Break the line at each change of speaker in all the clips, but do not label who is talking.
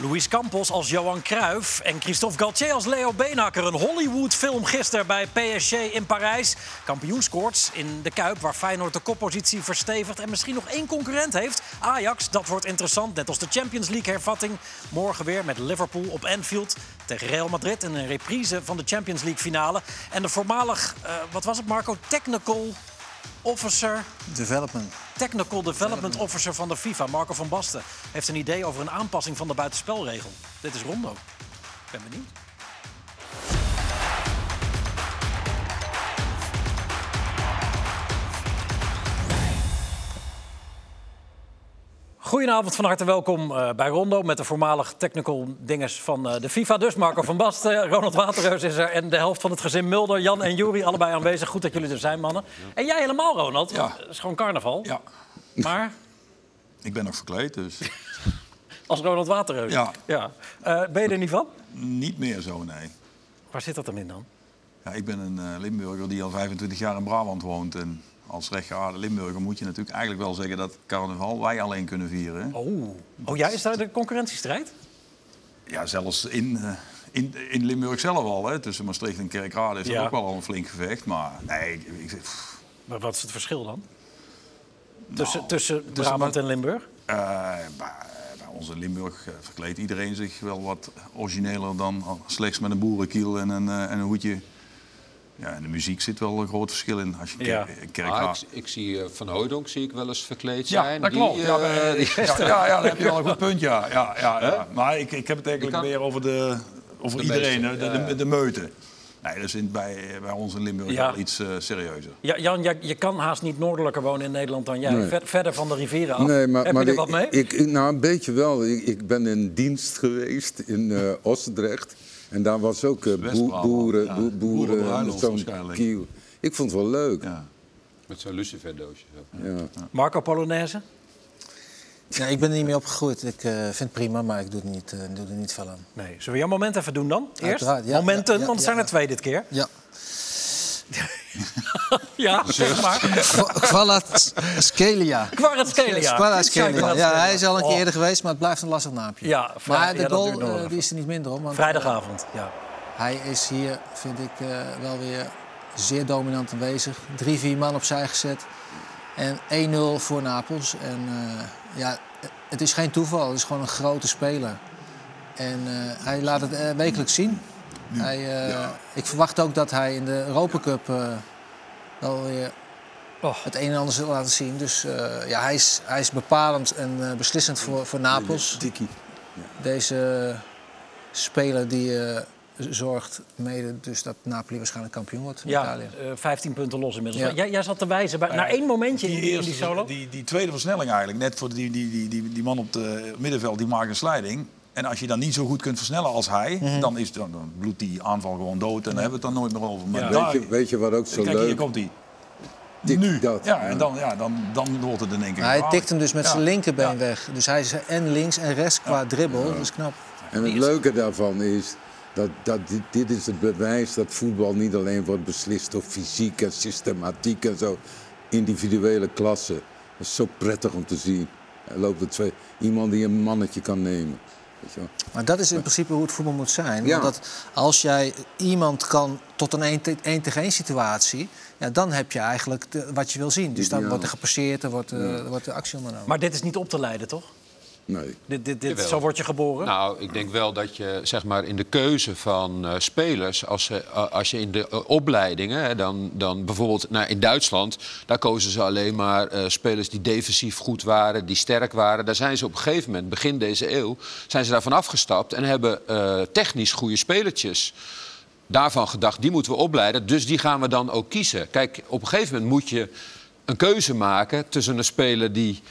Luis Campos als Johan Cruijff en Christophe Galtier als Leo Beenhakker. Een Hollywood-film gisteren bij PSG in Parijs. Kampioenskoorts in de Kuip, waar Feyenoord de koppositie verstevigt... en misschien nog één concurrent heeft. Ajax, dat wordt interessant. Net als de Champions League-hervatting. Morgen weer met Liverpool op Anfield tegen Real Madrid... en een reprise van de Champions League-finale. En de voormalig, eh, wat was het Marco, technical officer...
Development.
Technical Development Officer van de FIFA, Marco van Basten, heeft een idee over een aanpassing van de buitenspelregel. Dit is Rondo. Ik ben benieuwd. Goedenavond, van harte welkom eh, bij Rondo met de voormalig technical dinges van eh, de FIFA. Dus Marco van Basten, Ronald Waterreus is er en de helft van het gezin Mulder, Jan en Juri, allebei aanwezig. Goed dat jullie er zijn, mannen. En jij helemaal, Ronald.
Ja.
Het is gewoon carnaval.
Ja,
Maar
ik ben nog verkleed, dus
als Ronald Waterreus.
Ja.
Eh, ben je er niet van?
niet meer zo, nee.
Waar zit dat dan in dan?
Ja, ik ben een eh, Limburger die al 25 jaar in Brabant woont. En als rechtgeaarde Limburger moet je natuurlijk eigenlijk wel zeggen dat carnaval wij alleen kunnen vieren. hè?
Oh, oh jij is daar de concurrentiestrijd?
Ja, zelfs in, eh, in, in Limburg zelf al, hè, tussen Maastricht en Kerkrade is dat
Ja.
ook wel al een flink gevecht. Maar nee, ik, ik, pff,
Maar wat is het verschil dan? Tussen,
Nou,
tussen
dus
Brabant
maar-
en Limburg?
eh, bij, bij ons in Limburg eh, verkleedt iedereen zich wel wat origineler dan al- slechts met een boerenkiel en een, eh, en een hoedje. Ja, en de muziek zit wel een groot verschil in. Als je
Ja.
kerk,
Ah, ik, ik zie eh, Van Hooydonk zie ik wel eens verkleed zijn.
Ja, dat
Die,
klopt. ja,
eh,
maar,
die-
ja, ja, ja, dan heb je wel een goed punt, ja. ja, ja, ja. Maar ik, ik heb het eigenlijk
Je kan-
meer over, de, over
De
iedereen,
meeste,
hè, de, de, de meute. Nee, dat is in, bij, bij ons in Limburg
Ja.
wel iets eh, serieuzer.
Ja, Jan, jij- je kan haast niet noordelijker wonen in Nederland dan jij. Ver- verder van de rivieren
Oh,
af.
Nee, maar,
Heb
maar
je er wat
ik-
mee?
Ik, ik- nou, een beetje wel. Ik, ik ben in dienst geweest in eh Ostendrecht. En daar was ook eh, boe-
West-Brabant,
boeren,
ja.
boe- boeren
Boerenbruiloft
zo'n
waarschijnlijk.
kiel. Ik vond het wel leuk.
Ja.
met zo'n luciferdoosje. zo.
Marco Polonaise?
Ja, ik ben er niet mee opgegroeid. Ik eh, vind het prima, maar ik doe, het niet, eh, doe er niet veel aan.
Nee. Zullen we jouw moment even doen dan? Eerst?
Uiteraard, ja,
Momenten,
ja, ja,
want het zijn
ja.
er twee dit keer.
Ja.
Ja, dus- zeg maar.
Scalia.
Kvaratskhelia.
Scalia. Ja, hij is al een keer eerder geweest, maar het blijft een lastig naampje.
Oh. Ja, vrij-
maar de
ja, dat duurt
goal
nog
eh,
even.
die is er niet minder om. Want
Oh, Vrijdagavond, ja.
Hij is hier, vind ik, eh, wel weer zeer dominant aanwezig. Drie, vier man opzij gezet. En 1-0 voor Napels. En eh, ja, het is geen toeval. Het is gewoon een grote speler. En eh, hij laat het eh, wekelijks zien. Hij, eh, Ik verwacht ook dat hij in de Europa Cup eh, wel weer
Oh.
het een en ander zal laten zien. Dus eh, ja, hij is, hij is bepalend en eh, beslissend voor, voor Napels.
Tikkie.
Deze speler die eh, zorgt mede dus dat Napoli waarschijnlijk kampioen wordt in
Ja,
Italië.
eh, 15 punten los inmiddels.
Ja.
Jij, jij zat te wijzen bij, naar Nou, één momentje in die, in die
Nou eerste-
solo.
Die, die tweede versnelling eigenlijk, net voor die, die, die, die, die man op het middenveld, die maakt een slijding. En als je dan niet zo goed kunt versnellen als hij, dan, is, dan, dan bloedt die aanval gewoon dood. En dan hebben we het dan nooit meer over. Maar
Ja.
daar-
Weet, je, weet je wat ook zo
Nou, kijk, hier
leuk
komt hij.
Tik
Nu.
dat.
ja, en dan, ja, dan, dan wordt het in één keer
Maar hij
gevaarlijk.
tikt hem dus met
Ja.
zijn linkerbeen weg. Dus hij is en links en rechts qua dribbel. Dat is knap.
En het leuke daarvan is dat, dat dit, dit is het bewijs dat voetbal niet alleen wordt beslist door fysiek en systematiek en zo. Individuele klassen. Dat is zo prettig om te zien. Er loopt er twee, iemand die een mannetje kan nemen. Weet je wel.
Maar dat is in principe hoe het voetbal moet zijn.
Ja.
Want dat als jij iemand kan tot een 1 tegen 1 situatie... Ja, dan heb je eigenlijk de- wat je wil zien. Dus dan
Ideaal.
wordt er gepasseerd, er wordt, eh, er wordt de actie ondernomen.
Maar dit is niet op te leiden, toch?
Nee.
Dit, dit, dit,
Jawel.
zo word je geboren.
Nou, ik denk wel dat je zeg maar, in de keuze van eh, spelers, als, ze, eh, als je in de eh, opleidingen, hè, dan, dan bijvoorbeeld nou, in Duitsland, daar kozen ze alleen maar eh, spelers die defensief goed waren, die sterk waren. Daar zijn ze op een gegeven moment, begin deze eeuw, zijn ze daarvan afgestapt en hebben eh, technisch goede spelertjes. daarvan gedacht, die moeten we opleiden, dus die gaan we dan ook kiezen. Kijk, op een gegeven moment moet je een keuze maken tussen een speler die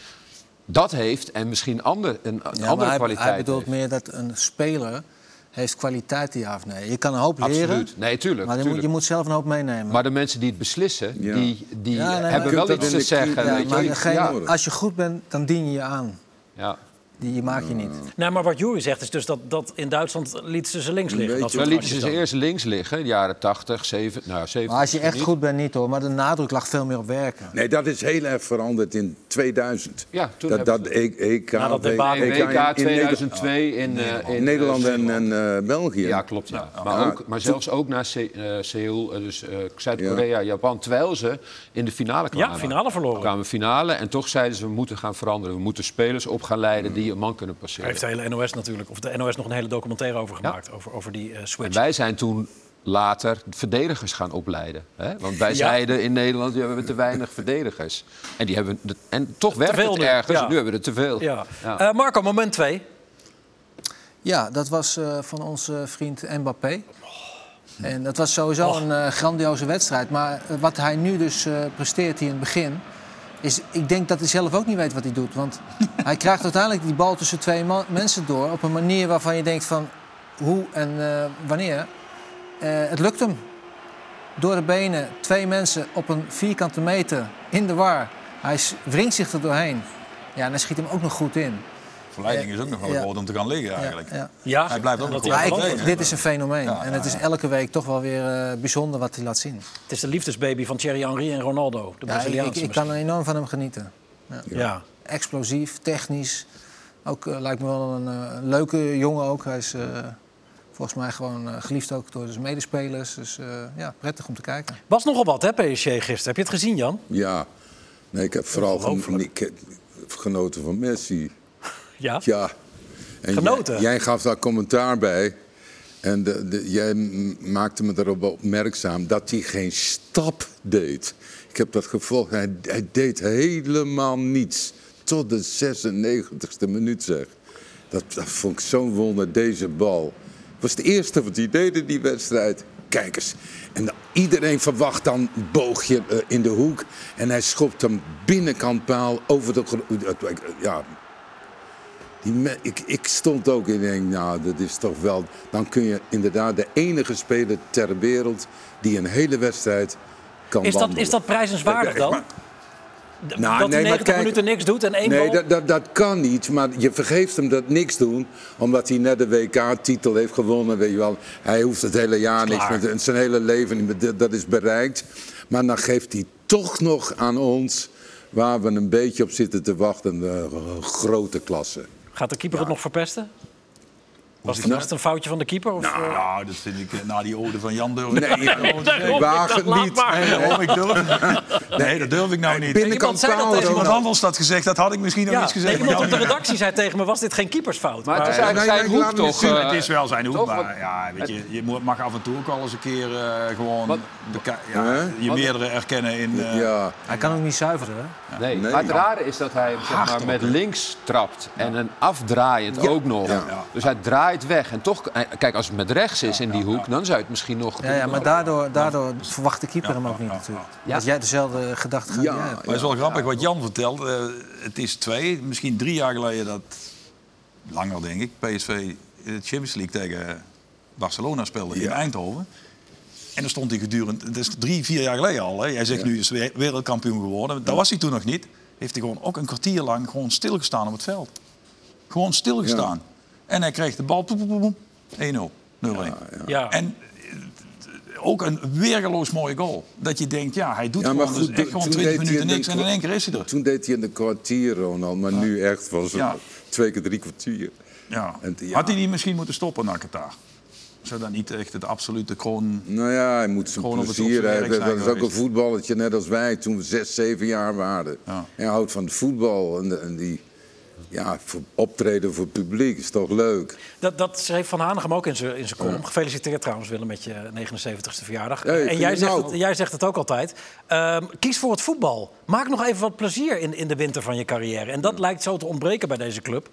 dat heeft en misschien ander, een, een
Ja,
andere
maar hij,
kwaliteit
hij bedoelt
heeft.
meer dat een speler heeft kwaliteiten, ja of nee. Je kan een hoop leren,
Absoluut. Nee, tuurlijk.
maar je moet,
tuurlijk.
je moet zelf een hoop meenemen.
Maar de mensen die het beslissen,
Ja.
die, die
Ja, nee, maar-
hebben
Je
wel
kunt
iets
dat
te
in de
zeggen.
key-
Ja,
weet je.
maar
je-
degene-
ja.
als je goed bent, dan dien je je aan.
Ja.
Die die maak je niet.
Mm.
Nee, maar wat Jury zegt is dus dat, dat in Duitsland lieten ze ze links
Een
liggen. Dat
beetje
soort
Dan lieten ze
acties
ze
dan.
eerst links liggen, jaren 80, 7, nou, 70.
Maar als je echt
niet.
goed bent, niet hoor. Maar de nadruk lag veel meer op werken.
Nee, dat is heel erg veranderd in 2000.
Ja, toen
dat,
hebben
dat E- EK,
Na dat
W-
debacle.
Nee,
in- in
WK
Nederland-
2002 in, eh, in,
in Nederland
eh,
en, en eh, België.
Ja, klopt. Ja. Maar,
ja.
ook, maar zelfs ook naar Se- eh, Seoul, eh, dus eh, Zuid-Korea, Japan. Terwijl ze in de finale kwamen.
finale verloren.
We kwamen finale en toch zeiden ze we moeten gaan veranderen. We moeten spelers op gaan leiden
Mm.
die een man kunnen
Daar
passeren.
heeft de hele NOS natuurlijk, of de NOS nog een hele documentaire over gemaakt, over, over die eh,
En
switch.
wij zijn toen later verdedigers gaan opleiden. Hè? Want wij zeiden in Nederland, ja, we hebben te weinig verdedigers. En, die hebben, de- en toch werkt
veel
het
nu,
ergens,
ja.
nu hebben we er te veel.
Ja.
Ja.
Eh, Marco, moment twee.
Ja, dat was eh, van onze vriend Mbappé. En dat was sowieso een eh, grandioze wedstrijd. Maar eh, wat hij nu dus eh, presteert hier in het begin... is, ik denk dat hij zelf ook niet weet wat hij doet. Want hij krijgt uiteindelijk die bal tussen twee ma- mensen door... op een manier waarvan je denkt van hoe en eh, wanneer. Eh, het lukt hem. Door de benen, twee mensen op een vierkante meter in de war. Hij s- wringt zich er doorheen. Ja, en hij schiet hem ook nog goed in.
Verleiding is ook nog wel
Ja.
groot om te gaan liggen eigenlijk.
ja.
Ja,
Hij blijft ook
dat hij
nog
Maar
wel
geloven.
belangrijk,
ik,
hè?
dit is een fenomeen. en het is
ja,
elke week toch wel weer eh, bijzonder wat hij laat zien.
Het is de liefdesbaby van Thierry Henry en Ronaldo. De
Ja, ik- ik,
Braziliaanse
ik
misschien.
kan er enorm van hem genieten.
Ja.
Explosief, technisch. Ook eh, lijkt me wel een eh, leuke jongen ook. Hij is eh, volgens mij gewoon eh, geliefd ook door zijn medespelers. Dus eh, ja, prettig om te kijken.
Was nogal wat, hè, PSG gisteren. Heb je het gezien, Jan?
Ja. Nee, ik heb vooral geno-
Ongelooflijk.
ik heb genoten van Messi.
Ja.
Ja. En
Genoten?
Jij, jij gaf daar commentaar bij. En de, de- jij m- maakte me erop opmerkzaam dat hij geen stap deed. Ik heb dat gevolgd. Hij, hij deed helemaal niets. Tot de 96e minuut zeg. Dat, dat vond ik zo'n wonder, deze bal. Het was het eerste wat hij deed in die wedstrijd. Kijk eens. En dan- iedereen verwacht dan een boogje eh, in de hoek. En hij schopt hem binnenkant paal over de... gro- eh, Ja, die me- ik, ik stond ook in en denk, nou, dat is toch wel. Dan kun je inderdaad de enige speler ter wereld die een hele wedstrijd kan
Is dat,
wandelen.
is dat prijzenswaardig dan? D-
Nou,
dat hij
nee, maar
90
kijk-
minuten niks doet en één
Nee,
bal...
dat, dat, dat kan niet. Maar je vergeeft hem dat niks doen. Omdat hij net de WK-titel heeft gewonnen. Weet je wel. Hij hoeft het hele jaar niks.
Klaar.
Met, zijn hele leven niet meer. Dat- Dat is bereikt. Maar dan geeft hij toch nog aan ons. Waar we een beetje op zitten te wachten. De eh, grote klasse.
Gaat de keeper het nog verpesten? Was
zit
het, was het een foutje van de keeper? Of, eh?
Nou, dat vind ik eh, na die ode van Jan durf
Nee,
daarom,
waag
ik
het
dacht,
niet.
laat maar.
Nee,
ik durf. Nee, dat durf ik nou niet.
Binnenkant
Iemand zei dat
paal,
tegen
Als iemand
Ronald.
anders dat gezegd, dat had ik misschien nog
ja,
niet gezegd.
nee, iemand
maar
op de
Jan-
redactie zei tegen me, was dit geen keepersfout?
Maar het is
Maar-
eigenlijk zijn
nee, nee, ik
hoek
laat hem
toch...
niet zien.
eh,
het is wel zijn hoek,
toch?
maar
Want-
ja, weet je, je moet- mag af en toe ook wel eens een keer eh, gewoon beka- ja,
Hè?
je meerdere erkennen in... eh,
Ja.
Hij kan ook niet zuiveren. hè?
Nee,
Nee.
maar het rare is dat hij hem, zeg maar, met links trapt en een afdraaiend ook nog. Dus hij draait weg. En toch, eh, kijk, als het met rechts is in die hoek, dan zou je het misschien nog...
Ja, ja, maar daardoor, daardoor verwacht de keeper hem ook niet natuurlijk.
Ja.
Dat jij dezelfde gedachte gaat.
Ja,
die jij hebt.
Maar het is wel grappig wat Jan vertelt. Eh, het is twee, misschien drie jaar geleden dat... Langer, denk ik. PSV in de Champions League tegen Barcelona speelde in
Ja.
Eindhoven. En dan stond hij gedurende... Dat is drie, vier jaar geleden al. Hè. Jij zegt nu is hij wereldkampioen geworden. Dat was hij toen nog niet. Heeft hij gewoon ook een kwartier lang gewoon stilgestaan op het veld. Gewoon stilgestaan. En hij kreeg de bal. poep, poep, poep, poep. 1-0. 0-1.
ja.
Ah.
En eh, ook een weergeloos mooie goal. Dat je denkt, ja, hij doet
Ja, maar
gewoon,
goed,
dus echt gewoon
toen
20
deed hij
minuten
in
niks
de-
en in één keer is hij er.
Toen deed hij in de kwartier, Ronald. Maar nu echt was het
Ja.
twee keer drie kwartier.
Ja.
En- ja.
Had hij die misschien moeten stoppen naar Qatar? Zou dat niet echt het absolute kroon...
Nou ja, hij moet zijn
Gewoon op het
plezier
opzij
hebben.
zijn
Dat is ook een
geweest.
voetballetje, net als wij toen we zes, zeven jaar waren.
Ja.
Hij houdt van het voetbal en, de- en die ja, voor- optreden voor het publiek is toch leuk.
Dat, dat schreef Van Hanegem ook in zijn in zijn column. Gefeliciteerd trouwens, Willem, met je 79ste verjaardag.
Hey,
en
vind
jij
je
zegt,
nou?
het, jij zegt het ook altijd. Ehm, kies voor het voetbal. Maak nog even wat plezier in, in de winter van je carrière. En dat lijkt zo te ontbreken bij deze club.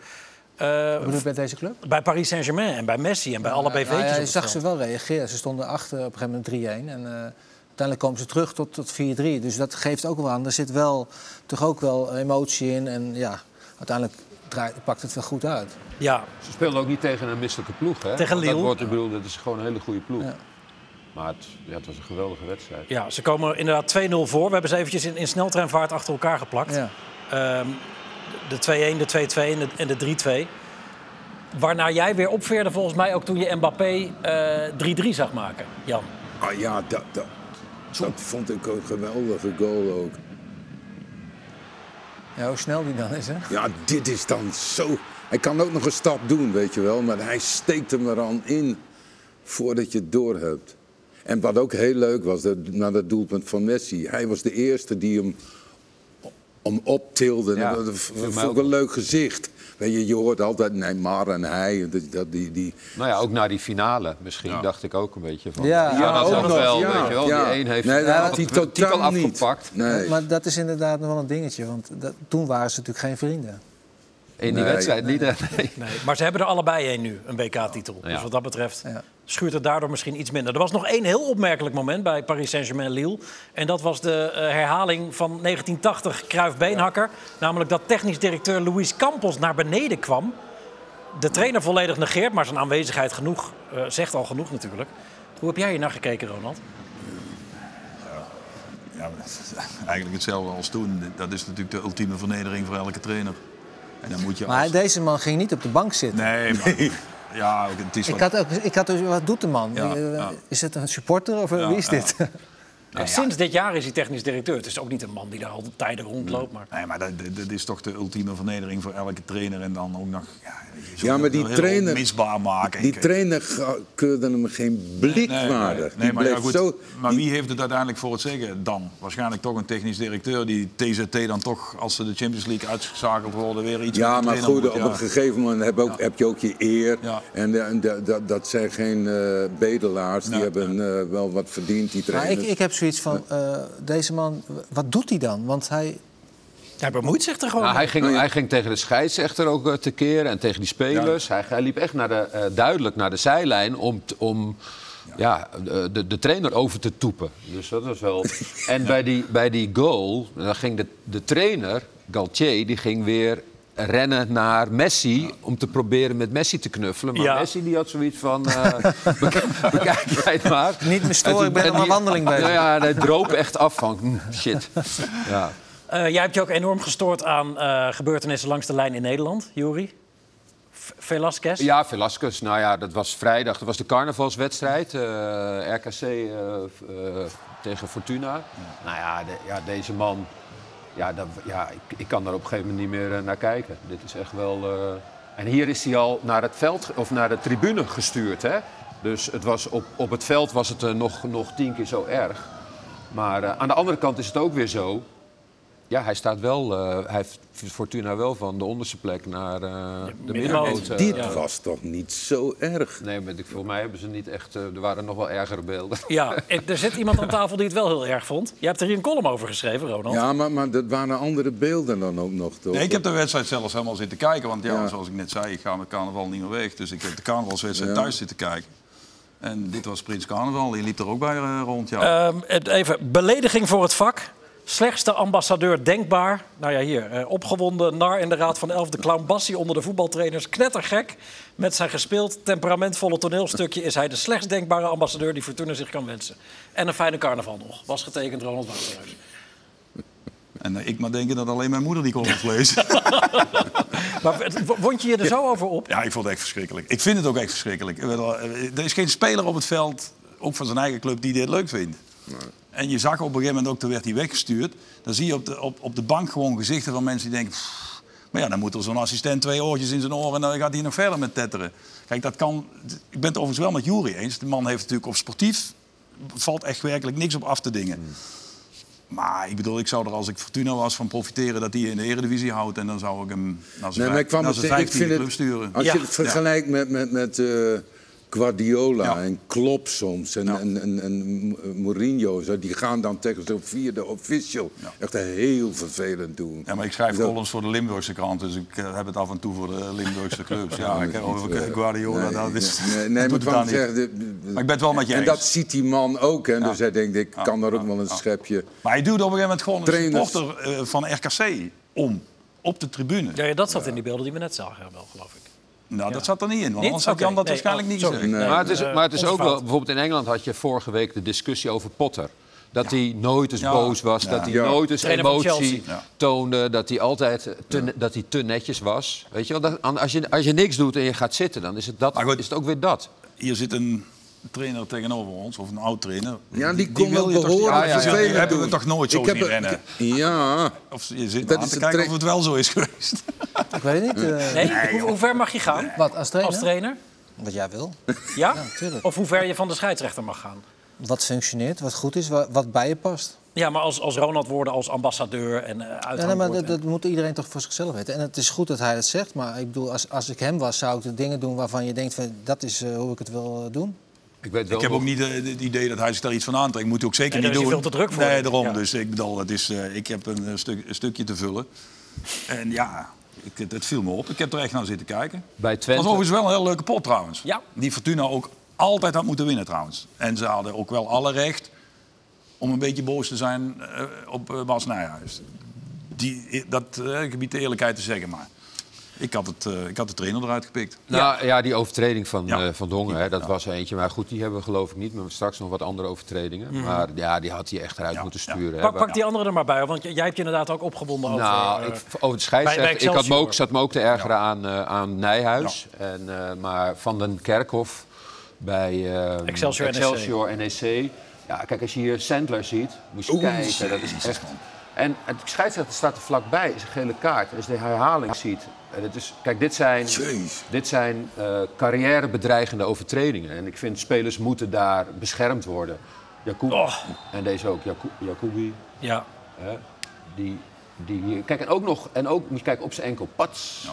Eh,
Wat bedoel je bij deze club?
bij Paris Saint-Germain en bij Messi en bij alle BV'tjes.
Nou ja,
op
je
het
zag
veld.
ze wel reageren. Ze stonden achter op een gegeven moment 3-1. En eh, uiteindelijk komen ze terug tot, tot 4-3. Dus dat geeft ook wel aan. Er zit wel, toch ook wel emotie in. En ja, uiteindelijk draait, pakt het wel goed uit.
Ja,
Ze speelden ook niet tegen een misselijke ploeg, hè?
Tegen
Want
Lille.
Dat, wordt, ik bedoel, dat is gewoon een hele goede ploeg. Maar het, ja, het was een geweldige wedstrijd.
ja, ze komen inderdaad 2-0 voor. We hebben ze eventjes in, in sneltreinvaart achter elkaar geplakt.
Ja.
Ehm, de 2-1, de 2-2 en de- en de 3-2. Waarna jij weer opveerde volgens mij ook toen je Mbappé eh 3-3 zag maken, Jan.
Ah ja, dat, dat, dat vond ik een geweldige goal ook.
Ja, hoe snel die dan is, hè?
Ja, dit is dan zo. Hij kan ook nog een stap doen, weet je wel. Maar hij steekt hem er aan in voordat je het door hebt. En wat ook heel leuk was, dat, na dat doelpunt van Messi. Hij was de eerste die hem, hem optilde.
Ja,
dat
viel mij
vond ik
ook
een leuk gezicht. Weet je, je hoort altijd Neymar en hij. en Dat, dat, die, die,
Nou ja, ook naar die finale misschien dacht ik ook een beetje van.
Ja.
die
Ja,
kan dat
ook
ook
nog,
wel,
ja,
weet je wel.
ja.
Die een heeft
Nee, dat
eh,
had hij
de titel
totaal niet.
afgepakt.
Nee.
Maar dat is inderdaad nog wel een dingetje, want dat, toen waren ze natuurlijk geen vrienden.
In die
Nee.
wedstrijd niet. hè? Nee.
Nee, maar ze hebben er allebei één nu, een WK-titel. Dus wat dat betreft schuurt het daardoor misschien iets minder. Er was nog één heel opmerkelijk moment bij Paris Saint-Germain-Lille. En dat was de eh, herhaling van 1980 Cruijff-Beenhakker. Namelijk dat technisch directeur Luis Campos naar beneden kwam. De trainer volledig negeert, maar zijn aanwezigheid genoeg, eh, zegt al genoeg natuurlijk. Hoe heb jij hier naar gekeken, Ronald?
Ja, eigenlijk hetzelfde als toen. Dat is natuurlijk de ultieme vernedering voor elke trainer. En dan moet je
Maar
als-
deze man ging niet op de bank zitten.
Nee, maar... Ja, ook- het is
Ik
wat...
had, ook, ik had dus, wat doet de man?
Ja,
Eh,
ja.
Is het een supporter of eh, wie is dit?
Nou
En Sinds dit jaar is hij technisch directeur. Het is ook niet een man die daar al tijden rondloopt. Maar...
Nee, maar dat, dat- dat is toch de ultieme vernedering voor elke trainer. En dan ook nog... Ja, je zult
Ja, maar
het
die
wel heel
trainer-
Onmisbaar
Ah,
maken.
die
Ik-
trainer ga- keurde hem geen blik
Nee,
waardig.
nee,
Die
nee, maar, ja,
bleef
goed,
zo-
maar
die-
wie heeft het uiteindelijk voor het zeggen dan? Waarschijnlijk toch een technisch directeur die TZT dan toch, als ze de Champions League uitgeschakeld worden, weer iets
Ja,
met de
maar
trainer
goed, op
moet,
een
ja.
gegeven moment heb, ook, heb je ook je eer.
Ja.
En eh, en da- da- dat zijn geen eh, bedelaars.
Nee,
die hebben eh, wel wat verdiend, die
Maar
trainers.
ik, ik heb zoiets van, eh, deze man, wat doet hij dan? Want hij,
Hij bemoeit zich er gewoon
Nou, hij,
mee.
ging, hij ging tegen de scheidsrechter ook eh, tekeer en tegen die spelers. Hij, hij liep echt naar de, eh, duidelijk naar de zijlijn om, t- om ja. eh, de, de trainer over te toepen. Dus dat was wel. en bij, die, bij die goal eh, dan ging de, de trainer, Galtier, die ging weer rennen naar Messi om te proberen met Messi te knuffelen. Maar
Ja.
Messi die had zoiets van, eh, bek- bekijk jij het maar.
Niet me storen,
En toen-
ik ben
en
aan mijn
die-
wandeling bezig.
Nou ja, en hij droop echt af van, "Mm, shit. Ja.
Eh, jij hebt je ook enorm gestoord aan eh, gebeurtenissen langs de lijn in Nederland, Juri. V- Velasquez.
Ja, Velasquez. Nou ja, dat was vrijdag. Dat was de carnavalswedstrijd. eh, RKC eh, f- eh, tegen Fortuna. Nou ja, de- ja, deze man. Ja, dat, ja ik, ik kan daar op een gegeven moment niet meer eh, naar kijken. Dit is echt wel. eh, En hier is hij al naar het veld ge- of naar de tribune gestuurd. Hè? Dus het was op, op het veld was het eh, nog, nog tien keer zo erg. Maar eh, aan de andere kant is het ook weer zo. Ja, hij staat wel. eh, hij heeft Fortuna wel van de onderste plek naar eh, de
middenmoot.
middenmoot. eh,
Dit was toch niet zo erg?
Nee, maar ik, volgens mij hebben ze niet echt. eh, er waren nog wel ergere beelden.
Ja, ik- er zit iemand aan tafel die het wel heel erg vond. Jij hebt er hier een column over geschreven, Ronald.
Ja, maar, maar dat waren andere beelden dan ook nog, toch?
Nee, ik heb de wedstrijd zelfs helemaal zitten kijken. Want ja, zoals ik net zei, ik ga met carnaval niet meer weg. Dus ik heb de carnavalswedstrijd thuis zitten kijken. En dit was Prins Carnaval, die liep er ook bij eh, rond. Ja.
Ehm, het- even, belediging voor het vak. Slechtste ambassadeur denkbaar. Nou ja, hier. eh, opgewonden nar in de Raad van Elf. De clown Bassie onder de voetbaltrainers. Knettergek. Met zijn gespeeld temperamentvolle toneelstukje... is hij de slechtst denkbare ambassadeur die Fortuna zich kan wensen. En een fijne carnaval nog. Was getekend Ronald Wouterhuis.
En eh, ik maar denken dat alleen mijn moeder die kon leest.
Maar w- w- wond je je er zo over op?
Ja, ik vond het echt verschrikkelijk. Ik vind het ook echt verschrikkelijk. Ik bedoel, Er is geen speler op het veld, ook van zijn eigen club, die dit leuk vindt. En je zag op een gegeven moment ook, toen werd hij weggestuurd. Dan zie je op de, op, op de bank gewoon gezichten van mensen die denken... "Pff." maar ja, dan moet er zo'n assistent twee oortjes in zijn oren en dan gaat hij nog verder met tetteren. Kijk, dat kan... Ik ben het overigens wel met Jury eens. De man heeft natuurlijk op sportief... valt echt werkelijk niks op af te dingen.
Hmm.
Maar ik bedoel, ik zou er als ik Fortuna was van profiteren dat hij in de eredivisie houdt. En dan zou ik hem naar zijn,
Nee, maar ik kwam
naar
het
zijn
tegen. Ik
15
vind
club
het,
sturen.
als
Ja.
je het vergelijkt met, met, met eh, Guardiola
Ja.
en Klopp soms en, en, en, en Mourinho, zo, die gaan dan tegen zo'n vierde official echt heel vervelend doen.
Ja, maar ik schrijf
Zo.
columns voor de Limburgse krant, dus ik eh, heb het af en toe voor de Limburgse clubs. Ja, ik heb
niet,
over
eh,
Guardiola,
nee,
dat is...
nee, Nee,
dat
nee
doet
maar
het
ik wou
dan
zeggen,
niet.
de-
Maar ik ben het wel met je
En
eens.
dat ziet die man ook, hè. Dus hij denkt, ik kan daar ook wel een schepje...
Maar hij duwde op een gegeven moment gewoon een
Trainers.
supporter eh, van RKC om, op de tribune.
Ja, ja, dat zat in die beelden die we net zagen wel, geloof ik.
Nou, dat zat er niet in, want
Niet?
anders had
Oké,
Jan dat
nee,
waarschijnlijk
oh,
niet
sorry.
gezegd.
Nee,
maar het is,
eh,
maar het is
onze
ook
fout.
wel. Bijvoorbeeld in Engeland had je vorige week de discussie over Potter. Dat hij nooit eens
Ja.
boos was, dat hij
Ja.
nooit eens
Trainer van
emotie
Chelsea.
Ja.
toonde, dat hij altijd eh, te, dat hij te netjes was. Weet je wel, dat- an- als, je, als je niks doet en je gaat zitten, dan is het, dat,
Maar goed.
is het ook weer dat.
Hier zit een trainer tegenover ons, of een oud trainer.
Ja, die kon
wil
wel
je toch-
behoorlijk
ja, ja, ja.
vervelend
Die hebben we
doen.
toch nooit zo
Ik
zien
heb een-
rennen?
Ja,
Of je zit
Dat
aan
is
te
een
kijken
tra-
of het wel zo is geweest.
Ik weet het niet. eh,
Nee? Hoe, hoe ver mag je gaan
Wat, als trainer?
als trainer?
Wat jij wil.
Ja?
tuurlijk.
of hoe ver je van de scheidsrechter mag gaan?
Wat functioneert, wat goed is, wa- wat bij je past.
Ja, maar als, als Ronald worden als ambassadeur en eh
Ja, nee, maar
uithangbord
dat,
en-
dat moet iedereen toch voor zichzelf weten. En het is goed dat hij dat zegt, maar ik bedoel, als, als ik hem was, zou ik de dingen doen waarvan je denkt, van, dat is eh, hoe ik het wil eh, doen.
Ik, weet wel
Ik heb
nog-
ook niet eh, het idee dat hij zich daar iets van aantrekt. Moet hij ook zeker
Nee, daar
niet
is hij
doen.
veel te druk voor.
Nee, daarom.
Ja.
Dus ik bedoel, het is, eh, ik heb een, eh, stuk, een stukje te vullen. En ja, ik, het, het viel me op. Ik heb er echt naar zitten kijken.
Bij Twente-
Was overigens wel een heel leuke pot trouwens.
Ja.
Die Fortuna ook altijd had moeten winnen trouwens. En ze hadden ook wel alle recht om een beetje boos te zijn eh, op eh, Bas Nijhuis. Die, dat eh, gebied de eerlijkheid te zeggen, maar ik had, het, eh, ik had de trainer eruit gepikt.
Nou ja, die overtreding van,
Ja.
eh, van Dongen, hè, dat was eentje. Maar goed, die hebben we geloof ik niet. Maar straks nog wat andere overtredingen. Maar ja, die had hij echt eruit
Mhm. Ja.
moeten
Ja.
sturen. hè.
Pak,
Waar-
pak die andere er maar bij, want j- jij hebt je inderdaad ook opgewonden over...
nou,
eh,
ik, over de scheidsrechter.
bij- bij
ik had me ook,
Excelsior.
zat me ook te ergeren aan, eh, aan Nijhuis. En, eh, maar Van den Kerkhof bij eh,
Excelsior E NEC.
Excelsior NEC. Ja, kijk, als je hier Sandler ziet, moet je kijken. Dat is echt... En het scheidsrechter staat er vlakbij, is een gele kaart. Als je de herhaling ziet. En het is, kijk, dit zijn,
Jeez.
dit zijn eh, carrièrebedreigende overtredingen. En ik vind spelers moeten daar beschermd worden. Jacob,
Oh.
En deze ook, Jaco- Jacobi.
ja.
Hè? Die, die hier- Kijk, en ook nog, en ook, moet je kijken op zijn enkel, pats.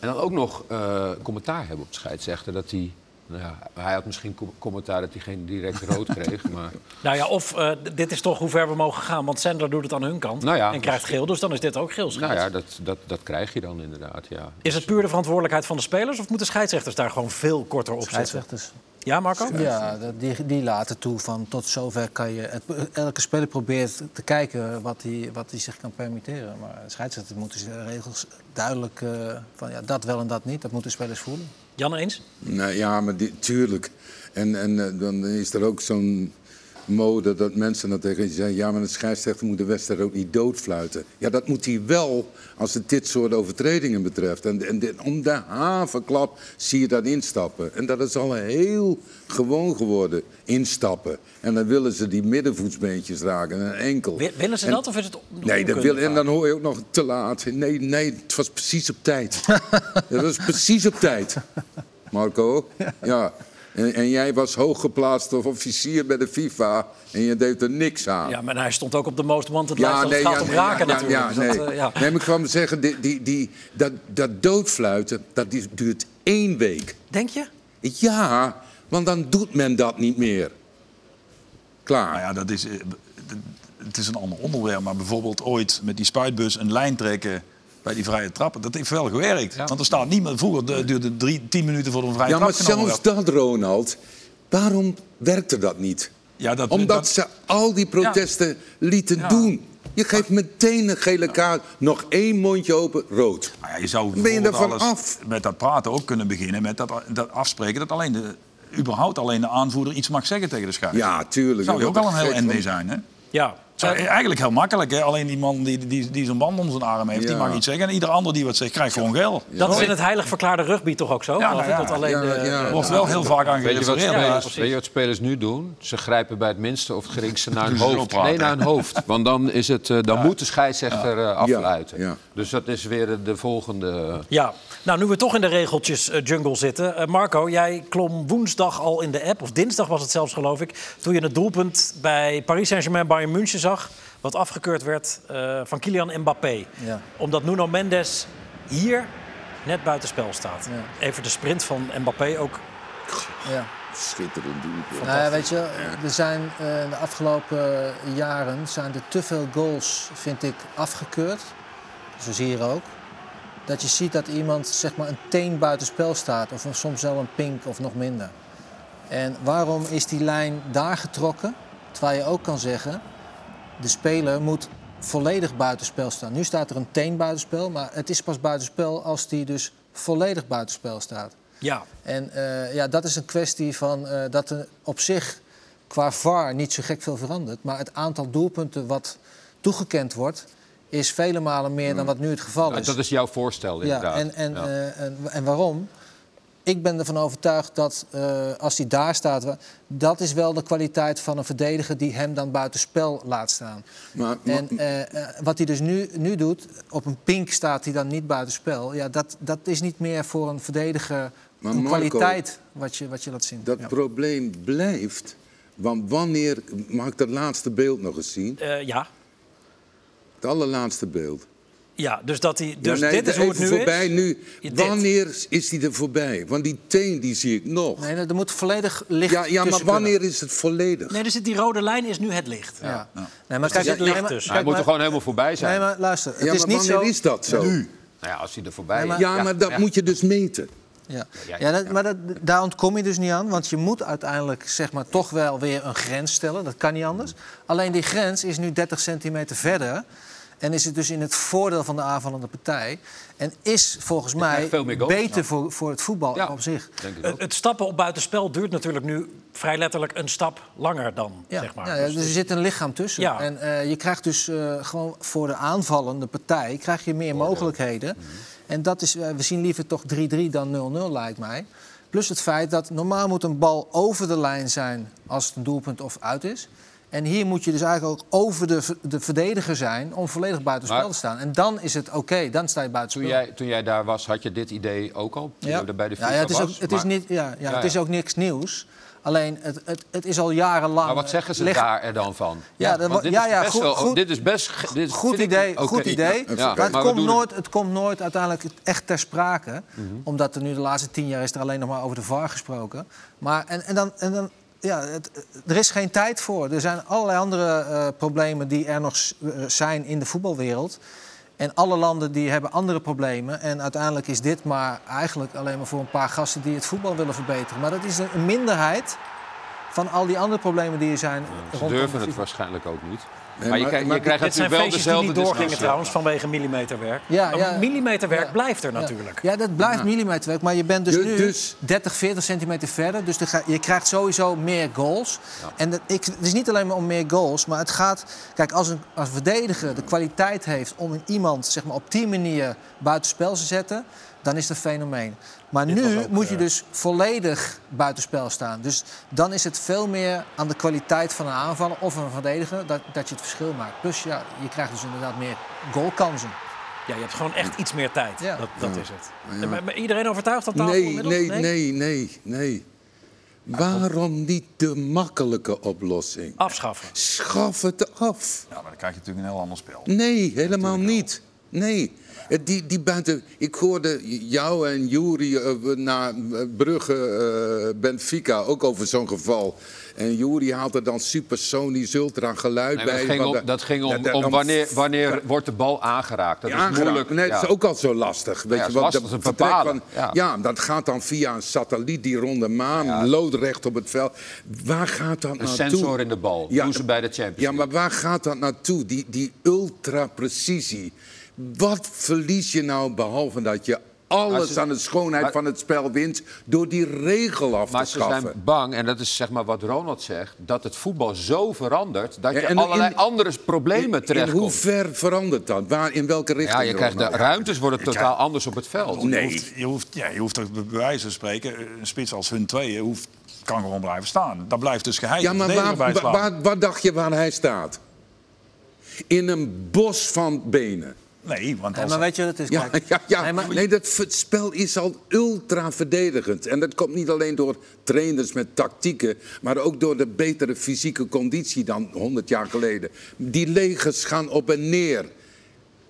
En dan ook nog eh, commentaar hebben op de scheidsrechter. Dat hij, nou ja, hij had misschien co- commentaar dat hij geen direct rood kreeg. Maar
Nou ja, of eh, d- dit is toch hoe ver we mogen gaan, want Sender doet het aan hun kant
Nou ja.
en krijgt geel, dus dan is dit ook geel. scheids.
nou ja, dat, dat, dat krijg je dan inderdaad, ja.
Is het puur de verantwoordelijkheid van de spelers of moeten scheidsrechters daar gewoon veel korter op zitten?
Scheidsrechters.
Ja, Marco?
Ja, dat- die, die laten toe van tot zover kan je. het- elke speler probeert te kijken wat hij wat hij zich kan permitteren. Maar de scheidsrechter moeten de regels duidelijk eh, van ja, dat wel en dat niet. Dat moeten spelers voelen.
Jan eens?
nou ja, maar die, tuurlijk. En, en eh, dan is er ook zo'n mode dat mensen dan tegen je zeggen... ja, maar een scheidsrechter moet de wedstrijd ook niet doodfluiten. Ja, dat moet hij wel als het dit soort overtredingen betreft. En, en dit- om de havenklap zie je dat instappen. En dat is al heel gewoon geworden, instappen. En dan willen ze die middenvoetsbeentjes raken en een enkel.
Wi- Willen ze
En-
dat of is het on-
Nee, dat
onkunde
wil, en
vaak?
dan hoor je ook nog te laat. Nee, nee, het was precies op tijd. het was precies op tijd, Marco. Ja. En, en jij was hooggeplaatst of officier bij de FIFA en je deed er niks aan.
Ja, maar hij stond ook op de most wanted lijst, want het gaat om
nee,
raken
ja,
natuurlijk.
Ja,
Dus
nee.
dat, eh, ja.
nee, maar ik kwam maar zeggen, die, die, die, dat, dat doodfluiten, dat die- duurt één week.
Denk je?
Ja, want dan doet men dat niet meer. Klaar.
Nou ja, dat is, eh, d- het is een ander onderwerp. Maar bijvoorbeeld ooit met die spuitbus een lijn trekken bij die vrije trappen. Dat heeft wel gewerkt. Want er staat niemand. Vroeger du- duurde het drie, tien minuten voor een vrije
Ja,
trap.
maar
genomen
zelfs
werd.
dat, Ronald, waarom werkte dat niet?
Ja, dat-
Omdat
dat-
ze al die protesten lieten doen. Je geeft meteen een gele kaart, nog één mondje open, rood.
Nou ja, je zou
Ben je
bijvoorbeeld
daarvan
alles
af?
met dat praten ook kunnen beginnen. Met dat, dat afspreken dat alleen de, überhaupt alleen de aanvoerder iets mag zeggen tegen de scheidsrechter.
Ja, tuurlijk.
zou je
Ja,
ook
dat
al een
gek
heel ND
van-
zijn, hè?
Ja.
Zou- e- eigenlijk heel makkelijk, hè? Alleen die man die, die, die zo'n band om zijn arm heeft, die
Ja.
mag iets zeggen. En ieder ander die wat zegt, krijgt gewoon geld.
Dat is in het heilig verklaarde rugby toch ook zo?
Ja,
geloof ik?
nou ja.
dat alleen de-
Ja, ja.
Er wordt wel heel vaak aan
Weet je, wat
gerefereerd. maar-
spelers,
precies.
weet je wat spelers nu doen? Ze grijpen bij het minste of het geringste naar hun
Doen ze zo
hoofd.
praten.
Nee, naar hun hoofd. Want dan, is het, eh, dan moet de scheidsrechter eh, afluiten.
Ja, ja.
Dus dat is weer eh, de volgende.
Ja, nou nu we toch in de regeltjes eh, jungle zitten. Eh, Marco, jij klom woensdag al in de app, of dinsdag was het zelfs geloof ik... toen je het doelpunt bij Paris Saint-Germain Bayern München zag... wat afgekeurd werd eh, van Kylian Mbappé.
Ja.
Omdat Nuno Mendes hier net buitenspel staat. Even de sprint van Mbappé ook.
Ja.
Schitterend doelpunt.
Nou ja, weet je, er zijn eh, in de afgelopen jaren zijn er te veel goals, vind ik, afgekeurd. Zo zie je hier ook. Dat je ziet dat iemand zeg maar een teen buitenspel staat, of een- soms wel een pink of nog minder. En waarom is die lijn daar getrokken? Terwijl je ook kan zeggen, de speler moet volledig buitenspel staan. Nu staat er een teen buitenspel, maar het is pas buitenspel als die dus volledig buitenspel staat.
Ja,
En eh, ja, dat is een kwestie van eh, dat er op zich qua VAR niet zo gek veel veranderd. Maar het aantal doelpunten wat toegekend wordt, is vele malen meer dan wat nu het geval
Nou,
is.
dat is jouw voorstel,
ja,
inderdaad.
en, en,
Ja.
eh, en, en waarom? Ik ben ervan overtuigd dat eh, als hij daar staat, wa- dat is wel de kwaliteit van een verdediger die hem dan buitenspel laat staan.
Maar,
En eh, eh, wat hij dus nu, nu doet, op een pink staat hij dan niet buitenspel. Ja, dat, dat is niet meer voor een verdediger
Maar
een
Marco,
kwaliteit wat je, wat je laat zien.
dat
Ja.
probleem blijft. Want wanneer, mag ik dat laatste beeld nog eens zien?
Eh, ja.
Het allerlaatste beeld.
ja, dus, dat hij, dus
Ja, nee,
dit is hoe het
even
nu
voorbij
is.
Nu.
Ja, dit.
Wanneer is die er voorbij? Want die teen die zie ik nog.
Nee, er moet volledig licht
ja, ja, maar
tussen kunnen.
wanneer is het volledig?
Nee, er zit die rode lijn is nu het licht.
Ja. Nee, maar
er
kijk,
zit licht
nee, maar-
tussen.
Hij
kijk
moet er
maar-
gewoon helemaal voorbij zijn.
Nee, maar luister.
ja,
het is
maar
niet
wanneer
zo...
is dat zo?
Nou ja, als hij er voorbij
Nee, maar-
is.
Ja, maar dat
ja.
moet je dus meten.
Ja,
Ja,
ja,
ja,
dat, maar dat, daar ontkom je dus niet aan. Want je moet uiteindelijk zeg maar, toch wel weer een grens stellen. Dat kan niet anders. Alleen die grens is nu 30 centimeter verder. En is het dus in het voordeel van de aanvallende partij. En is volgens mij
krijgt veel meer goals,
beter voor, voor het voetbal
Ja.
op zich.
Denk ik ook.
Het, het stappen op buitenspel duurt natuurlijk nu vrij letterlijk een stap langer dan,
Ja,
zeg maar.
ja, ja,
Dus-
er zit een lichaam tussen.
Ja.
En eh, je krijgt dus eh, gewoon voor de aanvallende partij krijg je meer mogelijkheden.
Mhm.
En dat is, eh, we zien liever toch 3-3 dan 0-0, lijkt mij. Plus het feit dat normaal moet een bal over de lijn zijn als het een doelpunt of uit is. En hier moet je dus eigenlijk ook over de, v- de verdediger zijn om volledig buitenspel
Maar-
te staan. En dan is het oké, dan sta je
Toen
buitenspel.
jij, toen jij daar was, had je dit idee ook al? Toen je bij de FIFA
ja, ja, het is,
was?
ook, het, is
Maar-
niet, ja, ja,
Ja,
het is
ja.
ook niks nieuws. Alleen, het, het, het is al jarenlang...
Maar wat zeggen ze
eh, ligt-
daar er dan van?
Ja, dat
Want
wa-
dit
ja,
is
ja,
best
goed-
wel-
goed-
dit is best... ge- dit
Goed
vind ik-
idee,
oké.
goed idee.
Ja,
maar het,
we
komt
doen Mhm.
nooit, het komt nooit uiteindelijk echt ter sprake. Omdat er nu de laatste tien jaar is er alleen nog maar over de VAR gesproken. Maar en, en dan, en dan, ja, het, er is geen tijd voor. Er zijn allerlei andere eh, problemen die er nog s- eh, zijn in de voetbalwereld. En alle landen die hebben andere problemen. En uiteindelijk is dit maar eigenlijk alleen maar voor een paar gasten die het voetbal willen verbeteren. Maar dat is een- een minderheid van al die andere problemen die er zijn.
Ze
rondom
durven het
FIFA.
waarschijnlijk ook niet.
Nee,
maar je,
maar-
krijgt- je
maar dit-
krijgt
Dit zijn
natuurlijk wel
feestjes die
dezelfde
niet doorgingen
discussie.
trouwens vanwege millimeterwerk.
Ja,
Maar
ja.
millimeterwerk
Ja.
blijft er
Ja.
natuurlijk.
Ja, dat blijft millimeterwerk. Maar je bent dus,
Dus-
nu
dus-
30, 40 centimeter verder. Dus er ga- je krijgt sowieso meer goals. En dat, ik, het is niet alleen maar om meer goals. Maar het gaat... Kijk, als een, als een verdediger de kwaliteit heeft om een iemand zeg maar, op die manier buitenspel te zetten... dan is dat een fenomeen. Maar nu moet je dus volledig buitenspel staan. Dus dan is het veel meer aan de kwaliteit van een aanvaller of een verdediger... dat, dat je het verschil maakt. Plus ja, je krijgt dus inderdaad meer goalkansen.
Ja, je hebt gewoon echt iets meer tijd.
Ja.
Dat, dat is het. Maar- maar Iedereen overtuigd dat tafel
Nee,
inmiddels?
nee, nee, nee, nee. Waarom niet de makkelijke oplossing?
Afschaffen.
Schaf het af.
Ja, maar dan krijg je natuurlijk een heel ander spel.
Nee, helemaal niet. Nee. Het- Die, die buiten, ik hoorde jou en Juri eh, na eh, Brugge eh, Benfica ook over zo'n geval. En Juri haalt er dan supersonisch ultra geluid
Nee, maar
bij.
dat, ging
want
om,
daar-
dat ging om,
Ja, daar-
om
dan-
wanneer, wanneer wordt de bal aangeraakt. Dat is
aangeraakt.
moeilijk.
Nee, dat
ja.
is ook al zo lastig. Weet
Ja,
je,
het is
want
lastig
de
te
vertrek
bepalen, ja.
ja. dat gaat dan via een satelliet die rond de maan, loodrecht op het veld. Waar gaat dat
Een
naartoe?
sensor in de bal.
Ja,
Doen ze bij de Champions
Ja, maar waar gaat dat naartoe? Die, die ultra-precisie. Wat verlies je nou behalve dat je
Maar
alles
ze-
aan de schoonheid
maar-
van het spel wint door die regel af
Maar
te
ze
schaffen?
zijn bang, en dat is zeg maar wat Ronald zegt, dat het voetbal zo verandert dat je
En in-
allerlei andere problemen
in
terechtkomt.
hoe ver verandert dat? Waar, in welke richting?
ja, je krijgt de
Ronald?
ruimtes worden totaal anders op het veld.
Je
Nee.
hoeft, je hoeft, ja, je hoeft toch bij wijze van spreken, eh, een spits als hun tweeën hoeft, kan gewoon blijven staan. Dat blijft dus geheim.
Ja, maar waar, waar, waar- waar dacht je waar hij staat? In een bos van benen.
Nee, want
Nee,
als,
maar weet je wat het is?
Ja,
Kijk,
ja, ja.
nee,
Nee,
maar-
dat v- spel is al ultra verdedigend. En dat komt niet alleen door trainers met tactieken, maar ook door de betere fysieke conditie dan 100 jaar geleden. Die legers gaan op en neer.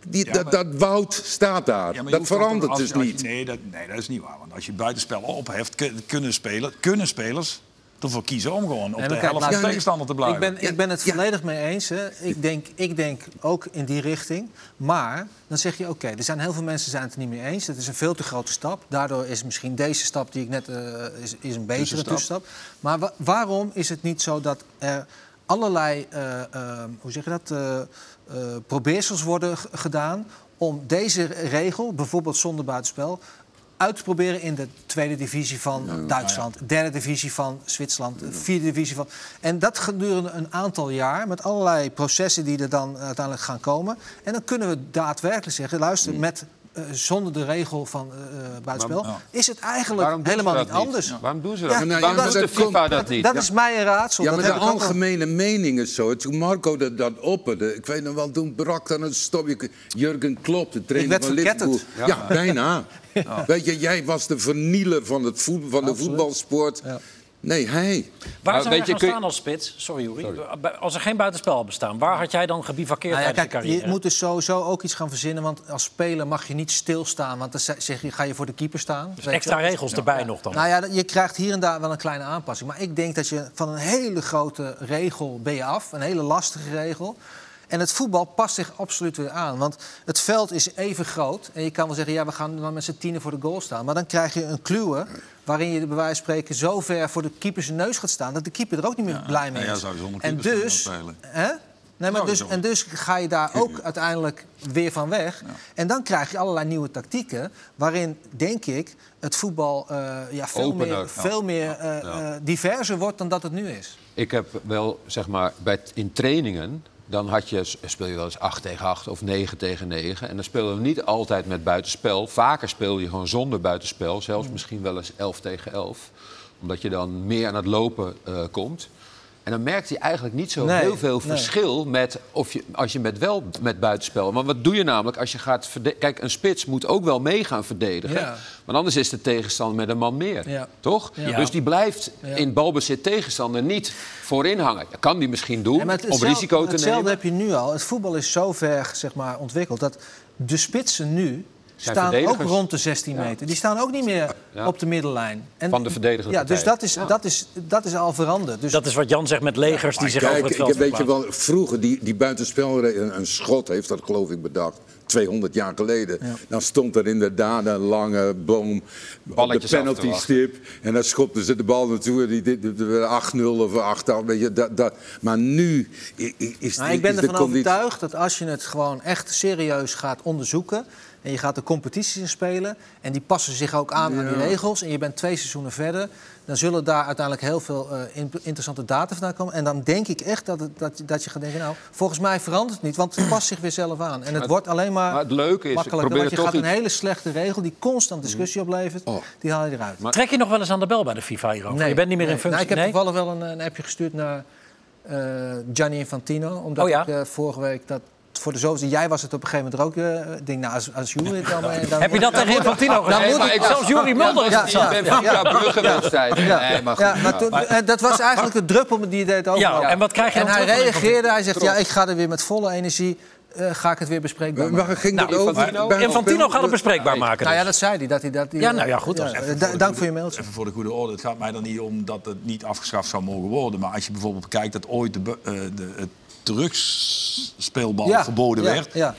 Die, dat, dat woud staat daar.
ja, maar je
dat
hoeft dan
verandert
toch- als-
dus
als je-
niet.
nee, dat, nee, dat is niet waar. Want als je buitenspel opheft, kun- kunnen, spelen, kunnen spelers ervoor kiezen om gewoon op
Nee,
de
maar kijk,
helft van de
laat-
tegenstander te
Ik
blijven.
ben, ik ben het
Ja.
volledig mee eens. Hè. Ik, denk, ik denk ook in die richting. Maar dan zeg je, oké, er zijn heel veel mensen zijn het er niet mee eens. Dat is een veel te grote stap. Daardoor is misschien deze stap die ik net... eh, is, is een betere
Tussenstap.
tussenstap. Maar wa- waarom is het niet zo dat er allerlei, eh, eh, hoe zeg je dat, eh, eh, probeersels worden g- gedaan... om deze regel, bijvoorbeeld zonder buitenspel... uit te proberen in de tweede divisie van
Ah,
Duitsland, derde divisie van Zwitserland, vierde divisie van. En dat gedurende een aantal jaar met allerlei processen die er dan eh, uiteindelijk gaan komen. En dan kunnen we daadwerkelijk zeggen:
Mm.
luister, met, eh, zonder de regel van eh, buitenspel is het
Waarom
eigenlijk
doen ze
helemaal
dat
niet anders.
Waarom doen ze dat?
Ja,
niet?
nou,
Waarom
ja,
doet
maar
de
dat komt-
FIFA dat
Dat,
niet?
dat is mij een raadsel.
Ja,
dat
maar de
heb ik ook al-
algemene mening is zo. Het- Toen Marco dat, dat opperde, ik weet nog wel, toen brak dan een stopje. Jurgen Klopp, de trainer
werd
van
verketterd.
Liverpool. Ja, bijna. Weet je, jij was de vernieler van, het voet, van de voetbalsport. Nee, hij.
Waar
Maar
zou jij
weet je,
gaan
kun je-
staan als spits? Sorry, Uri. Als er geen buitenspel had bestaan, waar had jij dan gebivakkeerd
Nou ja,
tijdens
kijk,
je carrière?
je moet dus sowieso ook iets gaan verzinnen. Want als speler mag je niet stilstaan. Want dan ze- zeg je, ga je voor de keeper staan. weet je
Extra
wel.
regels erbij nog dan.
Nou ja, dat- je krijgt hier en daar wel een kleine aanpassing. Maar ik denk dat je van een hele grote regel ben je af. Een hele lastige regel. En het voetbal past zich absoluut weer aan. Want het veld is even groot. En je kan wel zeggen, ja, we gaan dan met z'n tienen voor de goal staan. Maar dan krijg je een kluwe waarin je bij wijze van spreken zo ver voor de keeper zijn neus gaat staan... dat de keeper er ook niet meer blij mee is.
ja, zou je zonder
en
keeper kunnen
dus,
spelen.
Hè? Nee, maar
Nou,
dus,
zo.
en dus ga je daar ook uiteindelijk weer van weg. En dan krijg je allerlei nieuwe tactieken... waarin, denk ik, het voetbal eh, ja, veel
Opener,
meer,
ja.
veel meer eh, eh, diverser wordt dan dat het nu is.
Ik heb wel, zeg maar, bij, in trainingen... dan had je, speel je wel eens 8 tegen 8 of 9 tegen 9. En dan spelen we niet altijd met buitenspel. Vaker speel je gewoon zonder buitenspel. Zelfs misschien wel eens 11 tegen 11. Omdat je dan meer aan het lopen eh, komt. En dan merkte je eigenlijk niet zo
Nee,
heel veel
nee.
verschil met of je, als je met wel met buitenspel. Want wat doe je namelijk als je gaat verdedigen? Kijk, een spits moet ook wel mee gaan verdedigen.
Ja.
Want anders is de tegenstander met een man meer.
Ja.
Toch?
Ja.
Dus die blijft in balbezit tegenstander niet voorin hangen. Dat kan die misschien doen,
Ja, maar het-
om
hetzelfde-
risico te
Hetzelfde
nemen.
heb je nu al. Het voetbal is zo ver zeg maar, ontwikkeld dat de spitsen nu
Zijn
staan ook
verdedigers.
rond de 16 meter. Die staan ook niet meer
Ja.
op de middenlijn. En-
Van de verdedigende
Ja, dus
partij.
dat is, dat, is, dat is al veranderd. Dus
Dat is wat Jan zegt met legers die zich over
Kijk,
het
ik heb,
veld
weet je
verplaatsen.
wel, vroeger die, die buitenspel, een, een schot heeft dat geloof ik bedacht. 200 jaar geleden. Dan stond er inderdaad een lange boom
Balletjes
op
af
de
te
penalty
wachten.
stip. En dan schopten ze de bal naartoe. en Die, dit- dit- dit- 8-0 of 8-8. weet je, Dat, dat. Maar nu i- i- is,
Nou,
is
ik ben
de
ervan
conditie-
overtuigd dat als je het gewoon echt serieus gaat onderzoeken. en je gaat de competities in spelen. en die passen zich ook aan aan die regels. en je bent twee seizoenen verder. dan zullen daar uiteindelijk heel veel eh, in- interessante data vandaan komen. En dan denk ik echt dat, het- dat, je- dat je gaat denken. nou, volgens mij verandert het niet. want het past zich weer zelf aan. En het wordt alleen maar,
maar het leuke is, ik
makkelijker.
probeer
Want je
toch
gaat een
iets- Oh.
hele slechte regel. die constant discussie oplevert. die haal je eruit.
Trek je nog wel eens aan de bel bij de FIFA hierover? je bent niet meer
nee.
in functie.
Nou, ik heb
nee?
toevallig wel een, een appje gestuurd naar eh, Gianni Infantino. Omdat
Oh ja?
ik eh, vorige week dat voor de zoveelste... Jij was het op een gegeven moment er ook. eh, ik denk, nou, als, als Jury het dan... eh, dan
Heb je dat tegen Infantino gezegd?
moet
maar
ik-
ik, zelfs Jurie Mulder is
ja,
het
ja.
zat.
ben van ja. Brugge-wedstrijd.
Ja,
Nee, maar goed.
ja, maar toen, eh, dat was eigenlijk de druppel die het deed overlopen.
Ja, en wat krijg je
En
dan
hij
terug van
reageerde, hij zegt, ja, ik ga er weer met volle energie... eh, ga ik het weer bespreekbaar maken.
Waar ging
Nou,
dat over?
Infantino-
Buitenspel-
Infantino gaat het bespreekbaar maken.
Nou ja,
dus.
dat zei hij. Dat hij dat, hij-
Ja, nou ja, goed, dat is
da- dank voor je mailtje.
Even voor de goede orde. Het gaat mij er niet om dat het niet afgeschaft zou mogen worden. Maar als je bijvoorbeeld kijkt dat ooit de, bu- eh, de, het terugspeelbal
Ja,
verboden
ja,
werd.
ja.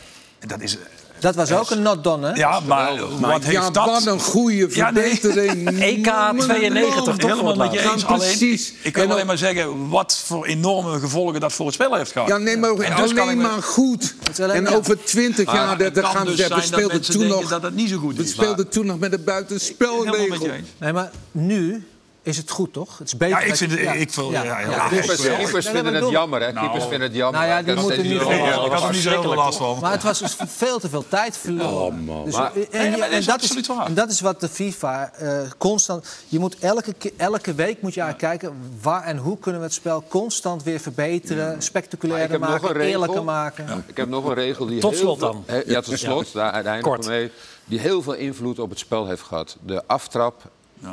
Dat is... eh,
Dat was ook een not done, hè?
Ja, maar
geweldig.
wat
ja,
heeft dat...
wat een goede
Ja, nee.
verbetering.
EK
Man,
92 toch
man.
voor het
Helemaal met je
laatst.
eens.
Ja,
alleen,
precies.
Ik, ik kan
En dan-
alleen maar zeggen wat voor enorme gevolgen dat voor het spel heeft gehad.
Ja, nee, maar
En dus kan ik
alleen
me-
maar goed.
is alleen-
en
ja.
over twintig
Maar
jaar,
het
dat, dat
kan
gaan
dus
we zeggen, we
zijn dat
speelden
mensen
toen
denken
nog...
dat het niet zo goed
we
is.
speelden toen nog met een
Helemaal met
buitenspelregel.
je eens.
Nee, maar nu is het goed, toch? Het is beter.
Ja, ik
dat je-
vind het... Ik voel, ja, ja, ja, ik
Keepers,
voel-
keepers
Nee,
vinden
maar
het
doe-
jammer, hè? Keepers
Nou.
vinden het jammer.
Nou ja, die
Ik heb nog
moeten
steeds
nu
niet
gewoon-
gehoord.
Ja, ik had er niet zo heel veel last van.
Maar het was dus veel te veel tijd verloren. Dus,
Maar-
en,
Nee, maar dat is
en dat
absoluut
is,
waar.
en dat is wat de FIFA eh, constant. Je moet elke, ke- elke week moet je eigenlijk kijken waar en hoe kunnen we het spel constant weer verbeteren,
Maar ik
spectaculairder
heb nog
maken,
een regel.
eerlijker maken.
Ik heb nog een regel die
Tot
heel
slot
veel-
dan.
He- ja, tot slot. Daar uiteindelijk
Kort.
mee. Die heel veel invloed op het spel heeft gehad. De aftrap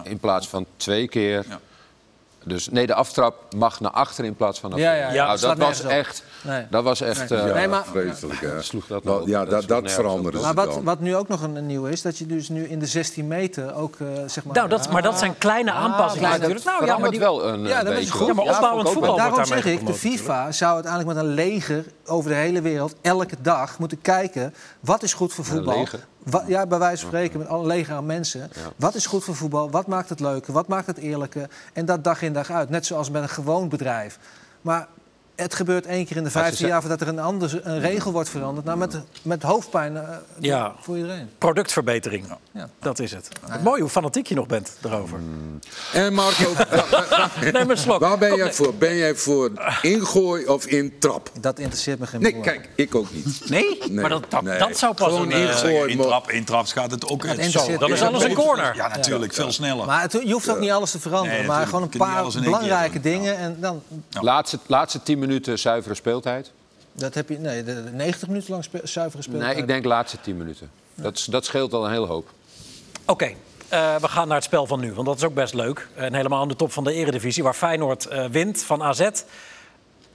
in plaats van twee keer.
Ja.
Dus nee, de aftrap mag naar achter in plaats van naar
Ja,
voren.
ja, ja.
Nou,
Het slaat
dat was
nergens op.
echt...
Nee.
Dat was echt... eh,
Ja,
Nee, maar-
vreselijk, hè.
sloeg dat nou
Nou,
op.
ja,
Dat
dat,
sloeg nergens op.
dat, veranderde
Maar
ze
wat,
dan.
wat nu ook nog een, een nieuw is, dat je dus nu in de 16 meter ook eh, zeg maar.
Nou, dat, maar dat zijn kleine aanpassingen
kleine-
natuurlijk. Nou ja, maar
Verandert
die,
wel een
Ja,
eh,
dat is
beetje.
goed.
Ja, maar
vond ik
opbouwend
ook wel.
voetbal. wordt
daarom zeg
daarmee
ik, de
gepromoot,
FIFA zou uiteindelijk met een leger over de hele wereld elke dag moeten kijken wat is goed voor voetbal.
leger?
Wat, ja, bij wijze van spreken met al een leger aan mensen. Wat is goed voor voetbal? Wat maakt het leuker? Wat maakt het eerlijker? En dat dag in dag uit. Net zoals met een gewoon bedrijf. Maar het gebeurt één keer in de
ze
15
zei-
jaar voordat er een, ander, een regel wordt veranderd. Nou, met, met hoofdpijn eh,
Ja.
voor iedereen.
Productverbetering,
Ja.
dat is het. Mooi hoe fanatiek je nog bent daarover.
En Marco,
Neem een slok.
waar ben
Kom,
jij
nee.
voor? Ben jij voor ingooi of intrap?
Dat interesseert me geen
Nee,
moer.
kijk, ik ook niet.
Nee? maar dat, dat,
nee.
dat zou pas
Gewoon
een...
in-
eh,
Gooi,
intrap, intraps gaat het ook
interesseert
zo.
me
Dan is
Ja,
alles een
dat-
corner.
Ja, natuurlijk. Veel sneller.
Maar het, je hoeft ook niet alles te veranderen.
Eh, Nee,
maar
natuurlijk.
gewoon een
Je kunt niet
paar
alles in één
belangrijke
keer doen.
dingen. En dan,
Laatste, laatste 10 minuten zuivere speeltijd.
dat heb je nee, de, de 90 minuten lang spe, zuiver gespeeld.
Nee, ik denk laatste 10 minuten. Dat, is- dat scheelt al een hele hoop.
Oké, eh, we gaan naar het spel van nu, want dat is ook best leuk. En helemaal aan de top van de eredivisie, waar Feyenoord eh, wint van AZ.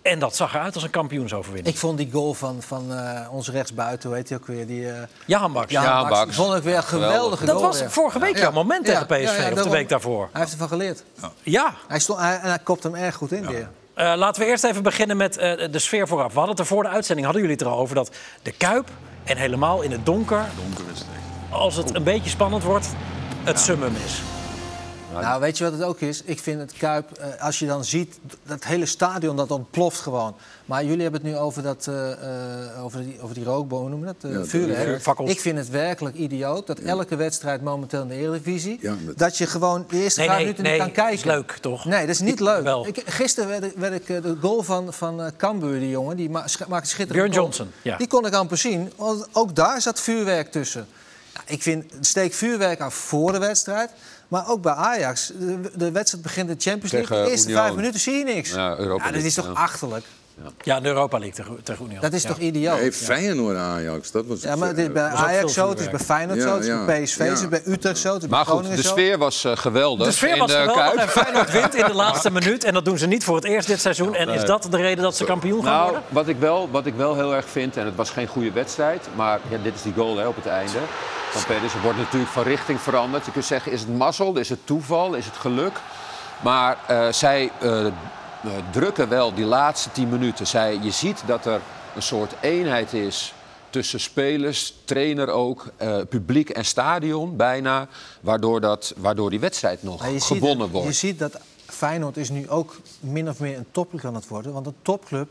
En dat zag eruit als een kampioensoverwinning.
Ik vond die goal van, van eh, onze rechtsbuiten, weet je ook weer, die... eh
Jahan Baks.
Jan
Ja,
Baks.
Baks.
Die vond ik weer een geweldige
dat
goal.
was
weer.
vorige week jouw moment
Ja,
tegen PSV,
ja, ja,
of de
daarom.
week daarvoor.
Hij heeft ervan geleerd.
Ja,
Hij, stond, hij, en hij kopt hem erg goed in weer.
Eh, laten we eerst even beginnen met eh, de sfeer vooraf. We hadden het er voor de uitzending, hadden jullie het er al over, dat de Kuip en helemaal in het donker,
Donker is het echt.
als het een beetje spannend wordt, het summum is.
Nou, weet je wat het ook is? Ik vind het Kuip, eh, als je dan ziet, dat hele stadion dat ontploft gewoon. Maar jullie hebben het nu over, dat, eh, eh, over, die, over die rookboom, hoe noem je dat? Eh,
Ja,
vuurwerk.
vuurwerk. Fakkels.
Ik vind het werkelijk idioot dat elke wedstrijd momenteel in de Eredivisie...
Ja, maar-
dat je gewoon de eerste
Nee,
paar
nee,
minuten
nee,
niet kan kijken.
is leuk, toch?
Nee, dat is niet leuk.
Wel.
Ik, gisteren werd, ik- werd ik eh, de goal van, van eh, Cambuur, die jongen, die ma- sch- maakt een schitterende
Björn
goal.
Johnson, ja.
Die kon ik amper zien, want ook daar zat vuurwerk tussen. Ja, ik vind, steek vuurwerk af voor de wedstrijd. Maar ook bij Ajax, de, de wedstrijd begint in de Champions League.
Tegen
de eerste
Union.
vijf minuten zie je niks.
Ja, Europa
dat is
League,
toch
ja.
achterlijk?
Ja, de Europa League tegen- tegen Union.
Dat is
Ja.
toch idioot?
Heeft Feyenoord Ajax, dat was
Nou, Ja, maar dit is bij
eh,
ook veel
Ajax zo, het is bij
vuurwerk.
Feyenoord
Ja,
zo, het is bij
ja.
PSV, het is
Ja.
bij Utrecht zo, het is bij
Maar goed,
Groningen
de
zo.
sfeer was eh, geweldig.
De sfeer
in
was
de
geweldig
Kuip.
en Feyenoord wint in de laatste minuut. En dat doen ze niet voor het eerst dit seizoen. En is dat de reden dat ze kampioen gaan
Nou,
worden?
wat ik, wel, wat ik wel heel erg vind, en het was geen goede wedstrijd, maar ja, dit is die goal hè, op het einde. Van Pedersen wordt natuurlijk van richting veranderd. Je kunt zeggen, is het mazzel, is het toeval, is het geluk? Maar eh, zij eh, eh, drukken wel die laatste tien minuten. Zij, je ziet dat er een soort eenheid is tussen spelers, trainer ook, eh, publiek en stadion bijna. Waardoor, dat, waardoor die wedstrijd nog
Maar Nou, je ziet
gewonnen
dat-
wordt.
Je ziet dat Feyenoord is nu ook min of meer een topclub aan het worden. Want een topclub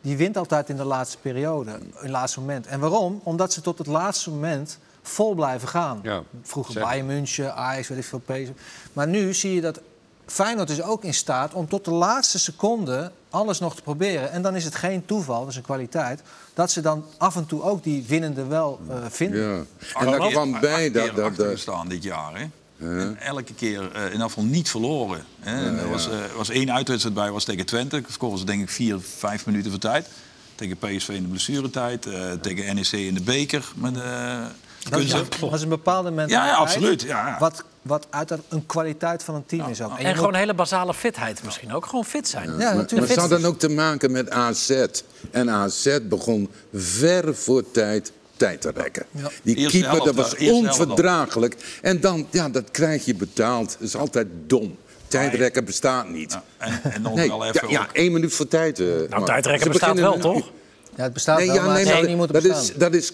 die wint altijd in de laatste periode, in het laatste moment. En waarom? Omdat ze tot het laatste moment vol blijven gaan.
Ja,
Vroeger
zeker.
Bayern München, Ajax, weet ik veel, PSV. Maar nu zie je dat Feyenoord is ook in staat om tot de laatste seconde alles nog te proberen. En dan is het geen toeval, dat is een kwaliteit... dat ze dan af en toe ook die winnende wel eh, vinden.
Ja. En daar
Ah,
kwam bij dat... dat, eh, dat-
staan dit jaar, hè? En elke keer eh, in ieder geval niet verloren. Hè? En er was, eh, was één uitwedstrijd bij, was tegen Twente. Scoren ze denk ik vier, vijf minuten voor tijd. Tegen PSV in de blessuretijd. eh, tegen NEC in de beker. Met, eh
Dat is,
kunst-
een, dat is een bepaalde
ja,
mentaliteit.
ja, absoluut. Ja.
Wat, wat uiteraard een kwaliteit van een team is ook. je
En
moet-
gewoon hele basale fitheid misschien ook. Gewoon fit zijn.
Ja,
Maar, maar
natuurlijk.
het had dan ook te maken met AZ. En AZ begon ver voor tijd tijd te rekken. Die
Eerste
keeper,
helft,
dat
hè?
was
Eerste helft al.
onverdraaglijk. En dan, ja, dat krijg je betaald. Dat is altijd dom. Tijdrekken bestaat niet.
Ja, en, en nog
Nee,
wel
ja,
even
ja,
ook.
één minuut voor tijd. eh,
Nou,
maar.
tijdrekken
Ze
bestaat wel,
beginnen-
toch?
Ja, het bestaat wel,
ja,
maar het
maar
zou niet moeten
dat,
bestaan.
is, dat is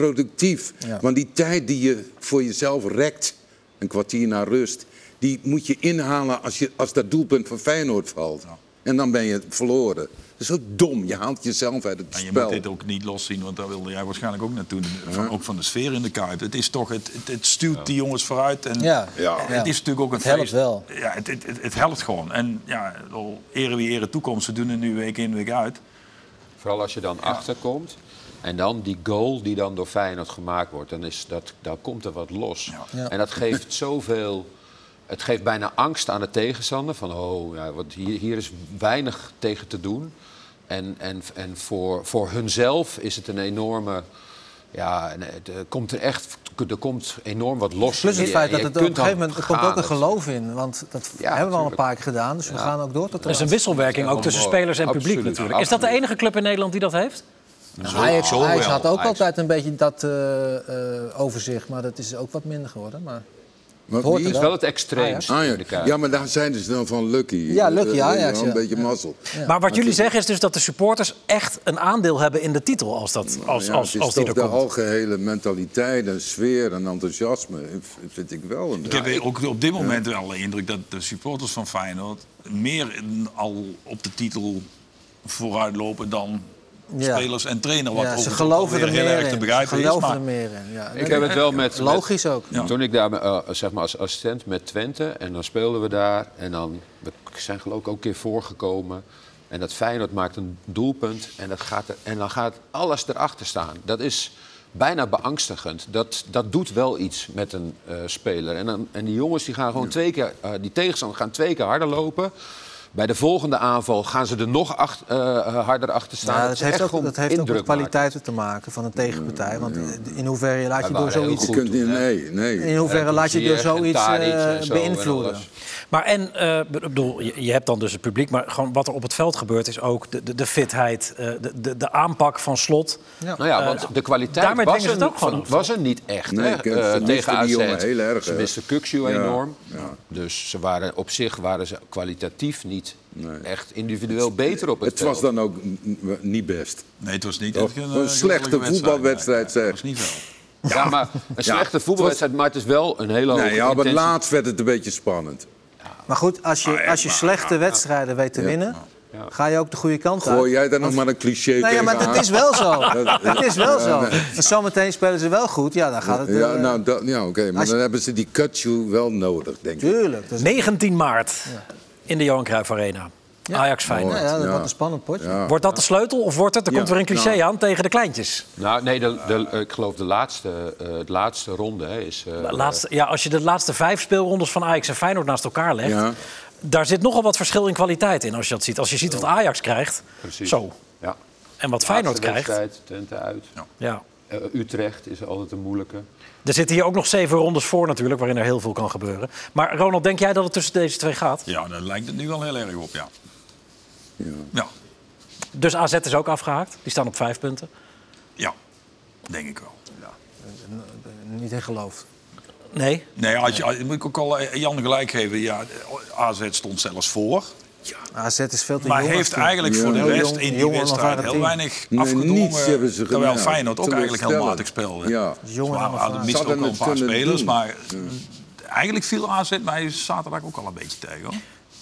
contraproductief.
Ja.
Want die tijd die je voor jezelf rekt, een kwartier naar rust, die moet je inhalen als, je, als dat doelpunt van Feyenoord valt. En dan ben je verloren. Dat is zo dom. Je haalt jezelf uit het
En Nou, je
spel.
moet dit ook niet loszien, want daar wilde jij waarschijnlijk ook naartoe. Van, ook van de sfeer in de Kuip. Het is toch, het, het, het stuurt die jongens vooruit. En
Ja.
Ja.
en Het is natuurlijk ook een
Het helpt
feest.
wel.
Ja, het, het, het, het helpt gewoon. En ja, al eren wie eren toekomst. We doen het nu week in, week uit.
Vooral als je dan achterkomt. En dan die goal die dan door Feyenoord gemaakt wordt. Dan, is dat, dan komt er wat los.
Ja.
En dat geeft zoveel... Het geeft bijna angst aan de tegenstander. Van, oh, ja, wat, hier, hier is weinig tegen te doen. En, en, en voor, voor hunzelf is het een enorme... Ja, en het, eh, komt er echt... Er komt enorm wat los.
Plus
En
het
je-
feit
en
dat
je
het op een
kunt dan
gegeven moment er komt
gaan.
ook een geloof in. Want dat
Ja,
hebben we al een
natuurlijk.
paar keer gedaan, dus we gaan ook door tot
Er is
de
een
laatste.
wisselwerking ook tussen spelers en publiek
Absoluut,
natuurlijk. Is dat de
absoluut.
enige club in Nederland die dat heeft?
Nou, Ajax,
zo
Ajax
wel.
had ook
Ajax.
altijd een beetje dat eh, eh, overzicht, maar dat is ook wat minder geworden. Maar...
Maar
hoort er
wie
Het is wel het extreemst.
Ah,
in de
Ajax.
Kuip.
Ah, Ja, maar daar zijn ze dan van lucky.
Ja, lucky
Eh, eh,
Ajax,
Een
ja.
beetje mazzel.
maar wat jullie zeggen is dus dat de supporters echt een aandeel hebben in de titel. Als, dat, als,
Ja,
als,
het is
als die
toch
er
de
komt.
algehele mentaliteit en sfeer en enthousiasme. Vind ik wel. een-
Ik heb ook op dit moment wel de indruk dat de supporters van Feyenoord meer in- al op de titel vooruitlopen dan
Ja.
spelers en trainer. Wat
ja, ze
overigens
geloven
weer
er
heel
meer
erg
in.
te
Ze
begrijpen is.
geloven
Maar
er meer in. Ja.
Ik heb het wel met... met-
Logisch ook.
Ja.
Toen ik daar eh, zeg maar als assistent met Twente en dan speelden we daar en dan we zijn geloof ik ook een keer voorgekomen en dat Feyenoord maakt een doelpunt en, dat gaat er, en dan gaat alles erachter staan. Dat is bijna beangstigend. Dat, dat doet wel iets met een eh, speler. En, dan, en die jongens die gaan gewoon twee keer, eh, die tegenstander gaan twee keer harder lopen. Bij de volgende aanval gaan ze er nog ach- eh, harder achter staan.
Ja,
dat,
dat
is
heeft,
echt
ook,
gewoon
dat heeft ook met
indrukmakend.
kwaliteiten te maken van een tegenpartij. Want in hoeverre laat
Wij
je door
waren heel
zoiets,
Je
goed
kunt
toen,
niet,
hè?
nee, nee.
in hoeverre laat je door
Rentenier en
zoiets
Tadic en
eh,
zo en
beïnvloeden?
alles.
Maar en, eh, ik bedoel, je, je hebt dan dus het publiek, maar gewoon wat er op het veld gebeurt is ook de, de, de fitheid, eh, de, de, de aanpak van slot.
Nou ja, want de kwaliteit
Eh, daarmee
was
dwingen
er,
ze het ook gewoon
van-
af,
was er niet echt.
Nee,
hè,
ik, eh,
eh,
ze misten
tegen
die
AZ.
jongen heel erg,
Ze
hè.
misten Kukshoe
Ja,
enorm.
ja.
Dus ze waren, op zich waren ze kwalitatief niet echt individueel beter op het,
Het was
veld.
dan ook n- n- niet best.
nee, het was niet
Oh,
Toch?
echt een,
Een
eh, geweldige
slechte
wedstrijd.
voetbalwedstrijd,
Nee, Het was
zeg.
niet veel.
Ja, maar een slechte voetbalwedstrijd, maar het is wel een
Oh,
hele hoge
Nee, ja, maar
intensie-
laatst werd het een beetje spannend.
Maar goed, als
Ah,
je, als je slechte wedstrijden weet te winnen, ga je ook de goede kant
Gooi
uit.
jij daar nog maar een cliché
Nee, Nou ja,
tegenaan?
maar het is wel zo.
Dat-
Het is wel zo. Want zometeen spelen ze wel goed, ja, dan gaat het...
Ja,
eh,
nou, dat, ja oké. Maar
als-
dan hebben ze die cutshoe wel nodig, denk ik.
Tuurlijk. Dat is-
19 maart in de Johan Cruijff Arena. Ajax Feyenoord.
nou ja, dat
Ja.
wordt een spannend potje.
Ja.
Wordt dat de sleutel of wordt het, er komt weer een cliché aan, tegen de kleintjes?
Nou, nee, de, de- ik geloof de laatste, eh, de laatste ronde hè, is... eh,
Laatste, ja, als je de laatste vijf speelrondes van Ajax en Feyenoord naast elkaar legt...
Ja.
daar zit nogal wat verschil in kwaliteit in als je dat ziet. Als je ziet wat Ajax krijgt,
precies.
zo.
Ja.
En wat Feyenoord
Laatste
krijgt.
wedstrijd, Twente uit.
Ja.
Eh, Utrecht is altijd een moeilijke.
Er zitten hier ook nog zeven rondes voor natuurlijk, waarin er heel veel kan gebeuren. Maar Ronald, denk jij dat het tussen deze twee gaat?
Ja, daar lijkt het nu wel heel erg op, ja.
Ja.
Ja,
Dus AZ is ook afgehaakt. Die staan op vijf punten.
ja. denk ik wel.
Niet in geloof.
Nee.
Nee, als je, als- moet ik ook al eh, Jan gelijk geven. Ja, AZ stond zelfs voor.
AZ is veel te
Maar
jong.
heeft eigenlijk voor de
Heel
rest
jong-
in die
jong en
wedstrijd
ervaren
heel
team.
weinig
Nee, niets hebben
afgedwongen.
ze
Terwijl
gedaan.
Feyenoord ook eigenlijk heel
Teleurstellend.
matig speelde.
Ja.
Jong en
Ze waren- hadden
ervaren.
mist ook
Zouden
al een
het
paar
kunnen
spelers,
doen.
maar eh, eigenlijk viel AZ mij zaterdag ook al een beetje tegen. Hoor.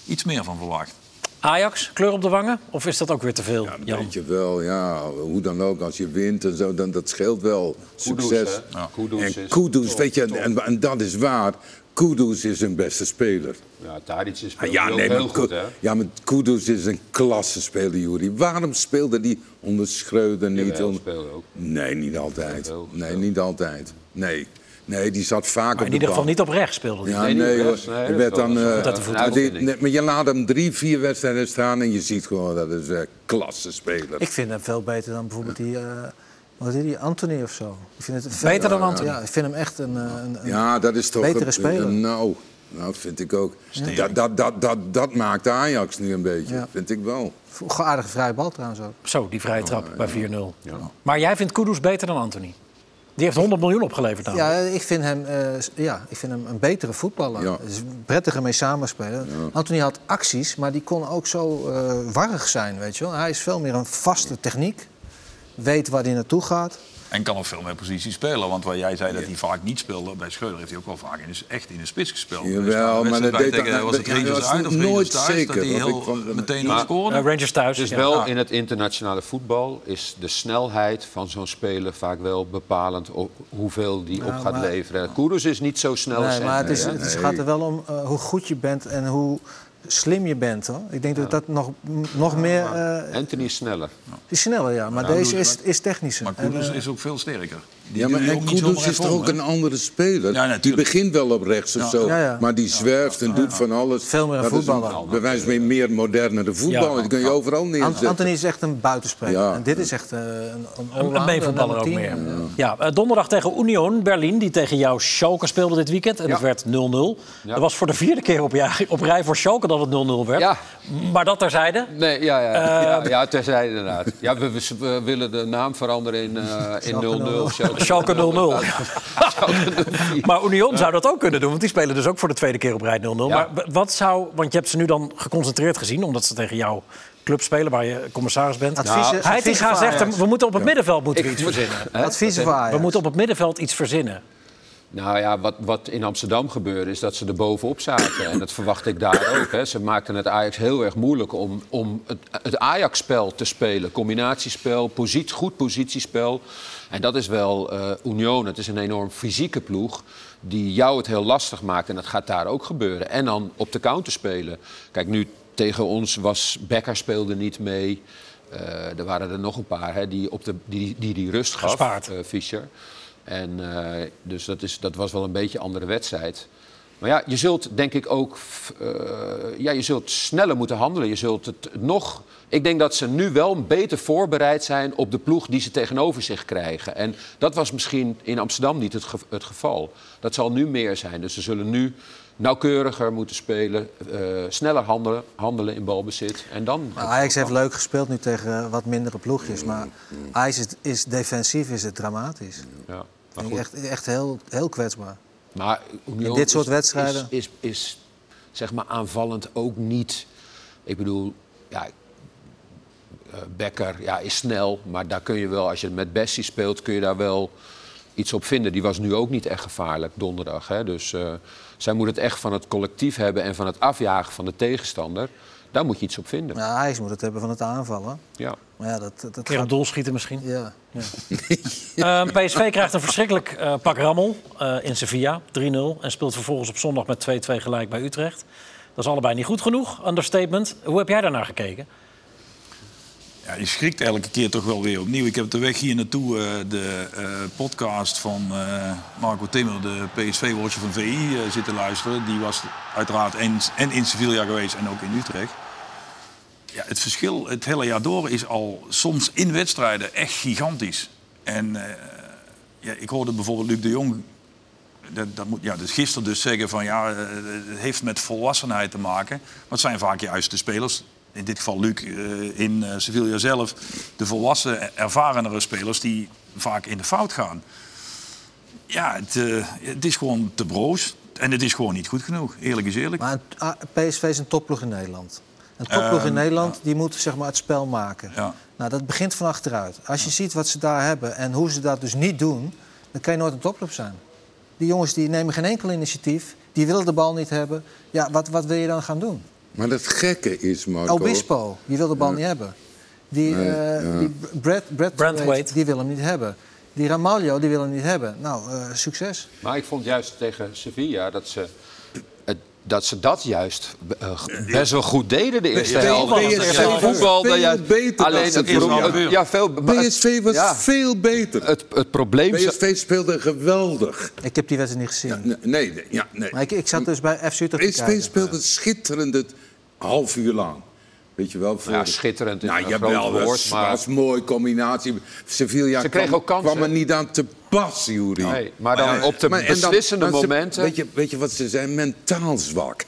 Iets meer van verwacht.
Ajax, kleur op de wangen? Of is dat ook weer te veel, Jan?
Weet je wel, ja, hoe dan ook, als je wint en zo, dan, dat scheelt wel
Kudus,
succes.
hè? Ja. Kudus
en
is Oh.
Kudus,
top,
weet je, en, en, en dat is waar. Kudus is een beste speler.
Ja, Tadic is
Ah,
ja,
nee, maar
heel goed,
Ku-
hè?
ja, maar Kudus is een klasse speler, Juri. Waarom speelde die onder Schreuder niet?
Jawel,
onder-
speelde ook.
Nee, niet altijd.
Heel goed
Nee, niet altijd. Nee, nee die zat vaak
Maar
op
in
de
ieder geval
bank.
niet op rechts speelde die.
Ja,
Nee,
nee,
niet op
hoor.
rechts. Nee,
Je
dat
werd
wel.
dan,
Dat is
eh,
dat de voet
maar die-
uitvinding.
nee, maar je laat hem drie, vier wedstrijden staan en je ziet gewoon dat is een klasse speler.
Ik vind hem veel beter dan bijvoorbeeld die, eh, wat is die Anthony of zo. Ik vind het veel-
Beter dan
Ja,
Anthony?
Ja, ik vind hem echt een... eh, een, een-
Ja, dat is toch...
Betere
een-
speler.
een- nou, nou, vind ik ook. Dat, dat, dat, dat, dat maakt Ajax nu een beetje,
Ja.
vind ik wel.
aardige vrije bal trouwens ook.
Zo, die vrije trap bij 4-0. Maar jij vindt Kudus beter dan Anthony? Die heeft 100 miljoen opgeleverd namelijk.
Ja, ik vind hem, eh, s- ja, ik vind hem een betere voetballer.
Ja.
Het is prettiger mee samenspelen. Anthony had acties, maar die kon ook zo eh warrig zijn, weet je wel. Hij is veel meer een vaste techniek. Weet waar hij naartoe gaat.
En kan op veel meer posities spelen. Want waar jij zei dat hij vaak niet speelde, bij Scheuder heeft hij ook wel vaak in de, echt in de spits gespeeld. Dus
Jawel,
de
maar dat
wedstrijd
deed
tegen-
hij-
was het
dat- hij
Rangers
was
uit of
nooit
Rangers thuis,
zeker,
dat hij
want
heel
ik vond-
meteen
Maar-
niet scoorde.
Eh, Rangers thuis.
Dus
ja.
wel in het internationale voetbal is de snelheid van zo'n speler vaak wel bepalend op hoeveel die op gaat
Nou, maar-
leveren. Koerders is niet zo snel.
Nee,
centrum,
maar het, is,
hè?
het is- gaat er wel om eh, hoe goed je bent en hoe slim je bent. Hoor. Ik denk dat dat nog, m- nog meer eh,
Anthony is sneller.
is sneller, ja. Maar deze is, is technischer.
Maar
En,
Kudus
eh,
is ook veel sterker. Die
Ja, maar
kun je
en
ook niet
Kudus
zomaar
is toch
even
ook
om, hè?
een andere speler?
Ja, natuurlijk.
die begint wel op rechts of zo,
Ja, ja.
maar die zwerft en doet van alles.
Veel meer een
Dat is
voetballer.
Bij wijze van meer modernere voetballer,
Ja.
die kun je overal
Ant-
neerzetten.
Anthony is echt een buitenspeler.
Ja.
En dit is echt eh, een, een,
Een- Een
allrounder,
beenvoetballer ook
nummer
meer.
10.
Ja. eh, donderdag tegen Union Berlin, die tegen jou Schalke speelde dit weekend. En het werd 0-0. Dat was voor de vierde keer op, ja- op rij voor Schalke dat het 0-0 werd.
Ja.
Maar dat terzijde.
Nee, ja, ja.
Eh,
ja, ja terzijde inderdaad. Ja, we, we- we willen de naam veranderen in, eh, in 0-0.
Schalke 0-0.
Schalke 0-4.
Maar Union zou dat ook kunnen doen, want die spelen dus ook voor de tweede keer op rij 0-0.
Ja.
Maar w- wat zou, want je hebt ze nu dan geconcentreerd gezien, omdat ze tegen jouw club spelen waar je commissaris bent.
Adviezen- Nou, adviezen
Heitinga
voor
zegt,
Ajax.
hem, we moeten op het middenveld moeten we iets
moet-
verzinnen.
Hè?
Adviezen
Wat
voor Ajax.
We moeten op het middenveld iets verzinnen.
Nou ja, wat, wat in Amsterdam gebeurde is dat ze er bovenop zaten. En dat verwacht ik daar ook. Hè. Ze maakten het Ajax heel erg moeilijk om, om het, het Ajax-spel te spelen. Combinatiespel, posit, goed positiespel. En dat is wel eh Union. Het is een enorm fysieke ploeg die jou het heel lastig maakt. En dat gaat daar ook gebeuren. En dan op de counter spelen. Kijk, nu tegen ons was Becker speelde niet mee. Eh, er waren er nog een paar hè, die, op de, die, die die rust gaf.
Gespaard.
eh, Fischer. En, eh, dus dat, is, dat was wel een beetje een andere wedstrijd. Maar ja, je zult denk ik ook f- eh, ja, je zult sneller moeten handelen. Je zult het nog. Ik denk dat ze nu wel beter voorbereid zijn op de ploeg die ze tegenover zich krijgen. En dat was misschien in Amsterdam niet het, ge- het geval. Dat zal nu meer zijn. Dus ze zullen nu nauwkeuriger moeten spelen, eh, sneller handelen, handelen in balbezit. En dan.
Maar Ajax heeft leuk gespeeld nu tegen eh, wat mindere ploegjes. Maar Ajax is, is defensief is het dramatisch.
Ja, maar
Vind
goed.
ik echt echt heel, heel kwetsbaar.
Maar Union
In dit soort
is-
wedstrijden?
Is, is, is, zeg maar aanvallend ook niet. Ik bedoel, ja, eh, Becker ja, is snel, maar daar kun je wel, als je met Bessie speelt, kun je daar wel iets op vinden. Die was nu ook niet echt gevaarlijk donderdag. Hè? Dus eh, zij moet het echt van het collectief hebben en van het afjagen van de tegenstander. Daar moet je iets op vinden.
Ja, Ajax moet het hebben van het aanvallen.
Ja.
Maar ja, dat, dat, dat
Keer een
gaat...
doel schieten misschien.
Ja.
Eh, PSV krijgt een verschrikkelijk eh, pak rammel eh, in Sevilla, 3-0. En speelt vervolgens op zondag met 2-2 gelijk bij Utrecht. Dat is allebei niet goed genoeg, understatement. Hoe heb jij daarnaar gekeken?
Ja, je schrikt elke keer toch wel weer opnieuw. Ik heb de weg hier naartoe eh, de eh, podcast van eh, Marco Timmer, de PSV-watcher van VI, eh, zitten luisteren. Die was uiteraard en, en in Sevilla geweest en ook in Utrecht. Ja, het verschil het hele jaar door is al soms in wedstrijden echt gigantisch. En eh, ja, ik hoorde bijvoorbeeld Luc de Jong dat, dat moet, ja, dus gisteren dus zeggen van ja, eh, het heeft met volwassenheid te maken. Maar het zijn vaak juist de spelers, in dit geval Luc eh, in eh, Sevilla zelf, de volwassen, ervarenere spelers die vaak in de fout gaan. Ja, het, eh, het is gewoon te broos en het is gewoon niet goed genoeg, eerlijk is eerlijk.
Maar een- ah, A- PSV is een topploeg in Nederland. Een
Ehm,
topploeg in Nederland die moet zeg maar, het spel maken.
Ja.
Nou, dat begint van achteruit. Als je ziet wat ze daar hebben en hoe ze dat dus niet doen... dan kan je nooit een topclub zijn. Die jongens die nemen geen enkel initiatief. Die willen de bal niet hebben. Ja, wat, wat wil je dan gaan doen?
Maar dat gekke is,
Oh,
Marco...
Obispo, die wil de bal niet hebben. Die, eh die Brad, Brad-
Braithwaite.
die wil hem niet hebben. Die Ramalho, die wil hem niet hebben. Nou, eh, succes.
Maar ik vond juist tegen Sevilla dat ze. het- Dat ze dat juist eh, best wel goed deden de eerste
Ja,
helft.
PSV
Het voetbal,
was
dat juist-
veel beter dan
alleen
ze
het
eerst
probleem-
hadden.
het- ja, veel, maar het-
PSV was
ja,
veel beter.
het, het probleem zat-
PSV speelde geweldig.
Ik heb die wedstrijd niet gezien.
Nee, nee, ja, nee.
Maar ik, ik zat dus bij FC Utrecht te
PSV
kijken.
speelde schitterend het half uur lang. Weet je wel? Voor
Ja, schitterend is
nou,
een
je
groot
wel,
woord,
was,
maar-
was een mooie combinatie. Sevilla
Ze kregen
kwam,
ook kansen.
kwam er niet aan te pas, Juri.
Nee, maar dan op de
Maar- en dan-
beslissende
maar ze-
momenten.
Weet je, weet je wat ze zijn? Mentaal zwak.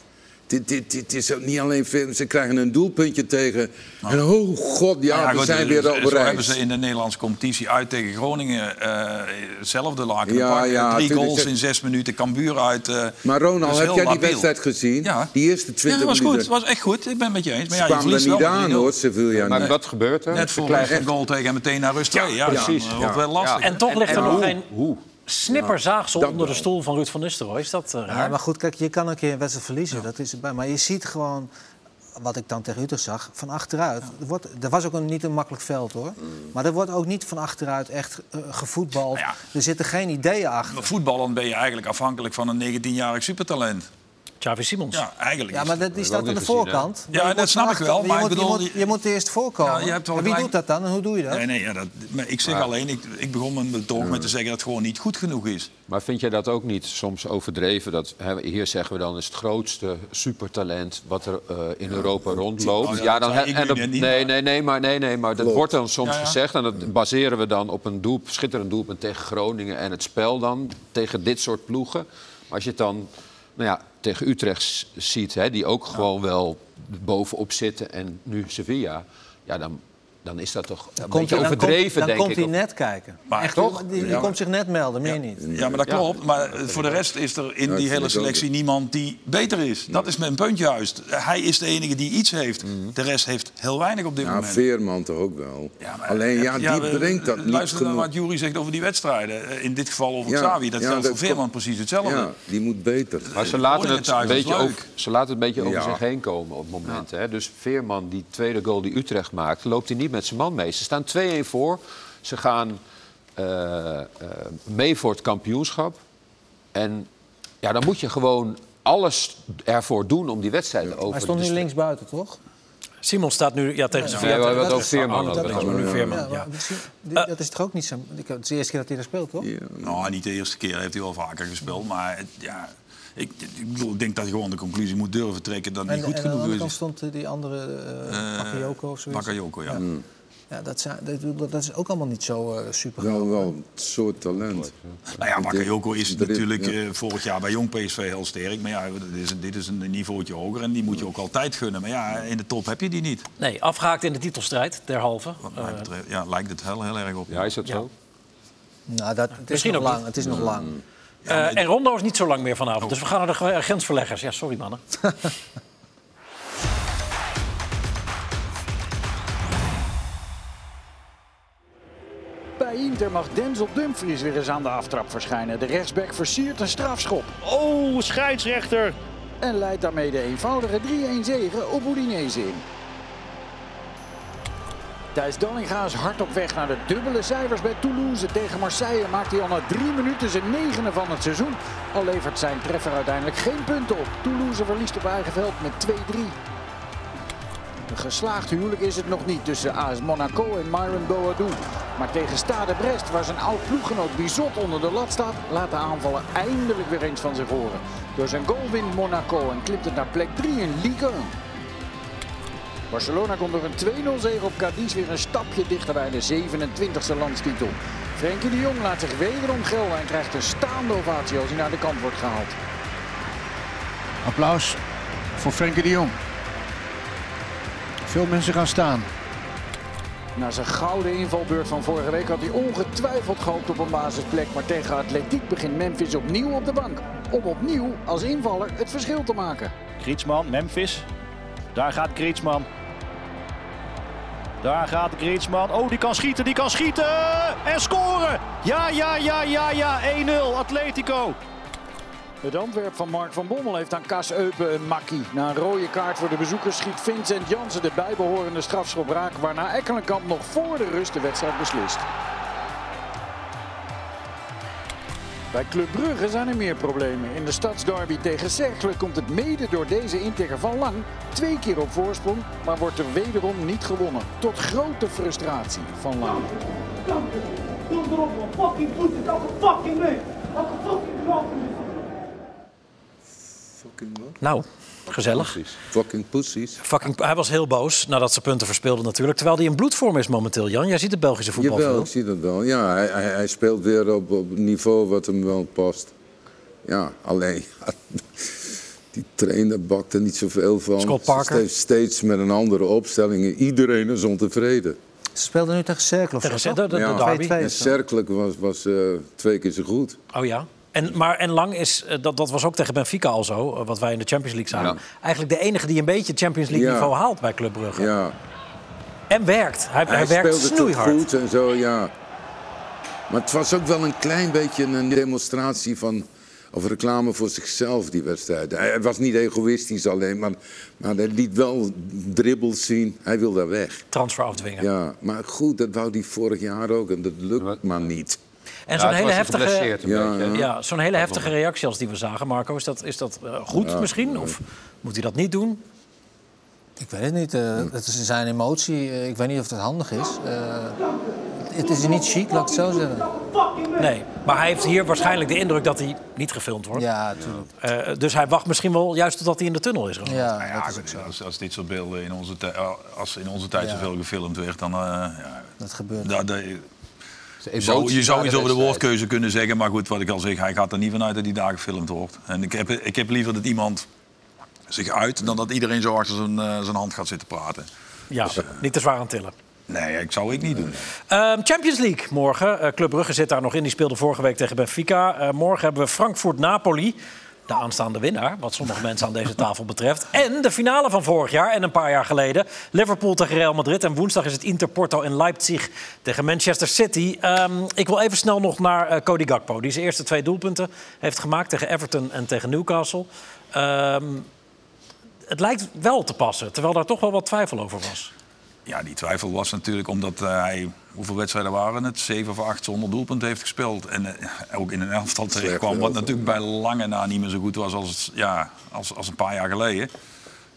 Dit, dit, dit is ook niet alleen veel. Ze krijgen een doelpuntje tegen. En oh god, ja,
Nou. Ja,
we
goed,
zijn
dus
weer op
Zo hebben
reis.
ze in de Nederlandse competitie uit tegen Groningen eh, hetzelfde laken
Ja,
pakken.
ja,
Drie
tuurlijk,
goals
ze-
in zes minuten, Cambuur uit. eh,
Maar Ronald,
dus
heb
heel
jij die
labiel.
wedstrijd gezien?
Ja.
Die eerste
Ja,
20
dat was goed.
minuten.
Dat was echt goed. Ik ben het met je eens. Maar
Ze
ja, je
kwamen er
verliest wel
niet
met
aan,
3-0.
hoor, Sevilla.
Maar
Nee.
wat gebeurt er?
Net voor
Ze krijgen-
een goal tegen en meteen naar rust 2. Ja,
precies.
dan eh, wordt
Ja.
wel lastig.
En toch ligt er nog geen
Hoe?
snipperzaagsel
dat
onder de
wel.
stoel van Ruud van Nistelrooy. Is dat eh, raar?
Ja, maar goed, kijk, je kan een keer een wedstrijd verliezen. Dat is erbij. Maar je ziet gewoon, wat ik dan tegen Utrecht zag, van achteruit. Er, wordt, er was ook een, niet een makkelijk veld, hoor. Maar er wordt ook niet van achteruit echt eh, gevoetbald.
Nou
Er zitten geen ideeën achter.
Maar voetballen ben je eigenlijk afhankelijk van een 19-jarig supertalent.
Xavi Simons.
Ja, eigenlijk.
Ja,
is-
maar dat, die staat aan de
niet gezien, hè?
voorkant. Maar je
Ja, dat
moet
snap
van
ik wel,
achter-
maar
je,
ik
moet, je
bedoel,
moet-
je-
je moet eerst voorkomen.
Ja, je hebt wel
en wie
gelijk.
doet dat dan en hoe doe je dat?
Nee, nee, ja, dat, maar ik zeg alleen, ik, ik begon mijn betoog met te zeggen dat het gewoon niet goed genoeg is.
Maar vind jij dat ook niet soms overdreven? Dat, hè, hier zeggen we dan is het grootste supertalent wat er eh, in Europa rondloopt.
oh ja,
ja,
dat
dan,
zei ik
en
nu
dat-
net niet,
nee,
maar-
nee, nee, maar, nee, nee, maar dat wordt dan soms
Ja, ja.
gezegd. En dat baseren we dan op een doel, schitterend doelpunt tegen Groningen. En het spel dan tegen dit soort ploegen. Maar als je het dan nou ja, tegen Utrecht s- ziet, hè, die ook gewoon wel bovenop zitten. En nu Sevilla. Ja, dan dan is dat toch een
Komt
beetje
hij- dan
overdreven,
komt, dan
denk
komt
ik.
hij
Of-
net kijken.
Maar
Echt,
toch?
Die, die
Ja.
komt zich net melden, meer niet.
Ja, maar dat klopt. Maar eh, voor de rest is er in
dat
die
vind
hele
ik ook.
selectie niemand die beter is. Dat is mijn puntje juist. Hij is de enige die iets heeft. De rest heeft heel weinig op dit
Mhm. Ja,
moment.
Veerman toch ook wel.
maar,
Alleen
eh,
ja, die
we-
brengt dat niet
Luister naar
genoeg.
wat Jury zegt over die wedstrijden. Eh, In dit geval over
Ja,
Xavi. Dat
ja,
geldt
dat
voor Veerman
komt-
precies hetzelfde.
Ja, die moet beter.
Maar ze laten,
Groningen
het
thuis
een
is
beetje
leuk.
over, ze laten het een beetje over
Ja.
zich heen komen op momenten. Hè? Dus Veerman, die tweede goal die Utrecht maakt, loopt hij niet met zijn man mee. Ze staan 2-1 voor. Ze gaan eh, eh, mee voor het kampioenschap. En ja, dan moet je gewoon alles ervoor doen om die wedstrijd over
Hij stond
te
nu
steken.
links buiten, toch?
Simon staat nu ja, tegen zijn
Ja, we
Veerman.
hebben het
dat
over
is-
Veerman.
dat
hadden we
is
het
maar
over.
nu Veerman.
Ja,
Ja,
maar misschien- die- dat is toch ook niet zo. ik- Het is de eerste keer dat hij daar speelt, toch?
Nou, niet de eerste keer. Hij heeft hij wel vaker gespeeld. Maar het- ja, ik, ik, bedoel, ik denk dat je gewoon de conclusie moet durven trekken dat hij
En,
goed
en aan de
genoeg
andere
is.
kant stond eh, die andere eh Bakayoko of zoiets.
Bakayoko, ja.
Ja, dat, zijn, dat, dat is ook allemaal niet zo eh super.
Wel, wel, een soort talent.
Nou ja, Bakayoko is
Erin,
natuurlijk
ja.
eh, vorig jaar bij Jong PSV heel sterk. Maar ja, dit is, een- dit is een niveautje hoger en die moet je ook altijd gunnen. Maar ja, in de top heb je die niet.
Nee, afgehaakt in de titelstrijd, derhalve.
Wat mij
Eh.
betreft ja, lijkt het heel, heel erg op.
Ja, is dat
Ja.
zo?
Nou, dat, het is
Misschien
nog
ook
lang. Het is nog lang.
Eh, en Rondo is niet zo lang meer vanavond. Dus we gaan naar de gr- grensverleggers. Ja, sorry mannen.
Bij Inter mag Denzel Dumfries weer eens aan de aftrap verschijnen. De rechtsback versiert een strafschop
Oh, scheidsrechter.
en leidt daarmee de eenvoudige 3-1 zege op Udinese in. Thijs Dallinga is hard op weg naar de dubbele cijfers bij Toulouse. Tegen Marseille maakt hij al na drie minuten zijn negende van het seizoen. Al levert zijn treffer uiteindelijk geen punten op. Toulouse verliest op eigen veld met 2-3. Een geslaagd huwelijk is het nog niet tussen AS Monaco en Myron Boadu. Maar tegen Stade Brest, waar zijn oud ploeggenoot Bizot onder de lat staat, laat de aanvaller eindelijk weer eens van zich horen. Door zijn goal wint Monaco en klimt het naar plek 3 in Ligue 1. Barcelona komt door een 2-0 zege op Cadiz weer een stapje dichter bij de 27e landstitel. Frenkie de Jong laat zich wederom gelden en krijgt een staande ovatie als hij naar de kant wordt gehaald.
Applaus voor Frenkie de Jong. Veel mensen gaan staan.
Na zijn gouden invalbeurt van vorige week had hij ongetwijfeld gehoopt op een basisplek. Maar tegen Atletiek begint Memphis opnieuw op de bank. Om opnieuw als invaller het verschil te maken.
Griezmann, Memphis. Daar gaat Griezmann. Daar gaat Griezmann. Oh, die kan schieten, die kan schieten! En scoren! Ja, ja, ja, ja, ja. 1-0, Atletico.
Het Antwerp van Mark van Bommel heeft aan Kas Eupen een makkie. Na een rode kaart voor de bezoekers schiet Vincent Jansen de bijbehorende strafschop raak. Waarna Ekkelenkamp nog voor de rust de wedstrijd beslist. Bij Club Brugge zijn er meer problemen. In de stadsderby tegen Cercle komt het mede door deze intikker van Lang twee keer op voorsprong, maar wordt er wederom niet gewonnen. Tot grote frustratie van Lang.
Kanker. Don't drop a fucking pussy, like a fucking man, like a fucking drunk.
Fucking wat?
Nou, gezellig.
Fucking pussies.
Fucking, hij was heel boos nadat ze punten verspeelden natuurlijk. Terwijl hij in bloedvorm is momenteel, Jan. Jij ziet het Belgische voetbal
Jawel, ik
veel.
zie dat wel. Ja, hij, hij, hij speelt weer op, op een niveau wat hem wel past. Ja, alleen die trainer bakt er niet zoveel van.
Scott Parker.
Steeds, steeds met een andere opstelling. Iedereen is ontevreden.
Ze speelden nu tegen Cirkel of
Tegen
zo,
de,
toch?
de, de
Ja.
derby.
2-2.
En Cerkelijk was, was eh, twee keer zo goed.
Oh ja. En, maar, en Lang is, eh, dat, dat was ook tegen Benfica al zo, eh, wat wij in de Champions League zagen. Eigenlijk de enige die een beetje Champions League
Ja.
niveau haalt bij Club Brugge.
Ja.
En werkt. Hij, hij, werkt
speelde toch
snoeihard.
goed en zo, ja. Maar het was ook wel een klein beetje een demonstratie van... of reclame voor zichzelf, die wedstrijd. Hij hij was niet egoïstisch alleen, maar, maar hij liet wel dribbels zien. Hij wil daar weg.
Transfer afdwingen.
Ja, maar goed, dat wou hij vorig jaar ook en dat lukt maar niet.
En
Ja,
zo'n
het
hele
was
heftige...
geblesseerd een
Ja,
beetje. hè.
Ja, zo'n hele heftige reactie als die we zagen, Marco. Is dat, is dat eh, goed misschien? Of moet hij dat niet doen?
Ik weet het niet. eh,
Hm.
het is zijn emotie. eh, ik weet niet of dat handig is. Eh, het is niet chic, laat ik het zo zeggen.
Nee. Maar hij heeft hier waarschijnlijk de indruk dat hij niet gefilmd wordt.
Ja, natuurlijk.
Eh, dus hij wacht misschien wel juist totdat hij in de tunnel is. geland.
Ja,
Nou
dat,
ja, als, als dit soort beelden in onze, tij- eh, als in onze tijd zoveel gefilmd werd, dan... eh, ja,
dat gebeurt.
dat- dat-
De
Je zou-
emotie
je zou
na
iets over de
wedstrijd.
woordkeuze kunnen zeggen, maar goed, wat ik al zeg, hij gaat er niet vanuit dat die daar gefilmd wordt. En ik heb, ik heb liever dat iemand zich uit dan dat iedereen zo achter zijn, eh, zijn hand gaat zitten praten.
Ja, niet te zwaar aan tillen.
Nee, ik zou ik niet doen.
Ehm, Champions League morgen. Eh, Club Brugge zit daar nog in. Die speelde vorige week tegen Benfica. Eh, morgen hebben we Frankfurt-Napoli. De aanstaande winnaar, wat sommige mensen aan deze tafel betreft. En de finale van vorig jaar en een paar jaar geleden. Liverpool tegen Real Madrid. En woensdag is het Inter Porto in Leipzig tegen Manchester City. Ehm, ik wil even snel nog naar eh, Cody Gakpo. Die zijn eerste twee doelpunten heeft gemaakt tegen Everton en tegen Newcastle. Ehm, het lijkt wel te passen, terwijl daar toch wel wat twijfel over was.
Ja, die twijfel was natuurlijk omdat eh, hij, hoeveel wedstrijden waren het? Zeven of acht zonder doelpunt heeft gespeeld. En eh, ook in een elftal terechtkwam. Wat
elftal,
natuurlijk bij lange na niet meer zo goed was als, ja, als, als een paar jaar geleden.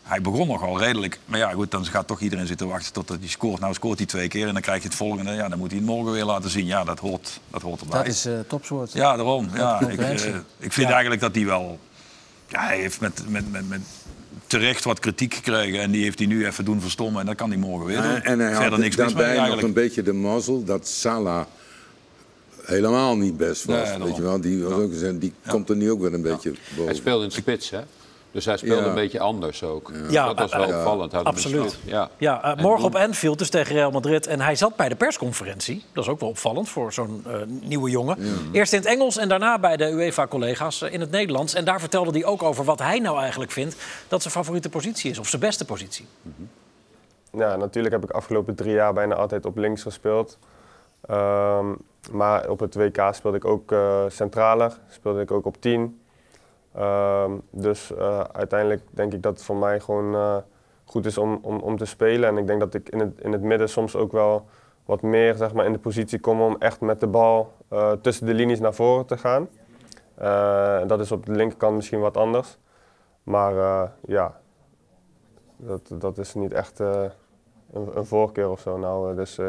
Hij begon nogal redelijk. Maar ja, goed, dan gaat toch iedereen zitten wachten tot hij scoort. Nou scoort hij twee keer en dan krijg je het volgende. Ja, dan moet hij het morgen weer laten zien. Ja, dat hoort, dat hoort erbij.
Dat is eh topsport.
Ja, daarom. Ja, ik, eh,
concurrentie.
ik vind eigenlijk dat hij wel... Ja, hij heeft met, met, met, met terecht wat kritiek gekregen. En die heeft hij nu even doen verstommen. En dat kan hij morgen weer doen.
En, en hij had
Verder niks mis mee
daarbij nog
eigenlijk.
een beetje de mazzel dat Salah helemaal niet best was.
Nee, daarom.
weet je wel, die, was ook, gezegd, die komt er nu ook weer een beetje boven.
Hij speelde in de spits, hè? Dus hij speelde
Ja.
een beetje anders ook.
Ja,
dat was wel
eh,
opvallend. Hij had een
absoluut.
spits, Ja.
Ja, eh,
En
morgen
Doelman-
op Anfield, dus tegen Real Madrid. En hij zat bij de persconferentie. Dat is ook wel opvallend voor zo'n eh, nieuwe jongen. Eerst in het Engels en daarna bij de UEFA-collega's eh, in het Nederlands. En daar vertelde hij ook over wat hij nou eigenlijk vindt... dat zijn favoriete positie is, of zijn beste positie.
Ja, natuurlijk heb ik de afgelopen drie jaar bijna altijd op links gespeeld. Ehm, maar op het WK speelde ik ook eh, centraler, speelde ik ook op 10. Ehm, dus eh, uiteindelijk denk ik dat het voor mij gewoon eh, goed is om, om, om te spelen. En ik denk dat ik in het, in het midden soms ook wel wat meer zeg maar, in de positie kom om echt met de bal eh, tussen de linies naar voren te gaan. Eh, dat is op de linkerkant misschien wat anders. Maar eh, ja, dat, dat is niet echt eh, een, een voorkeur of zo. Nou, eh, dus eh,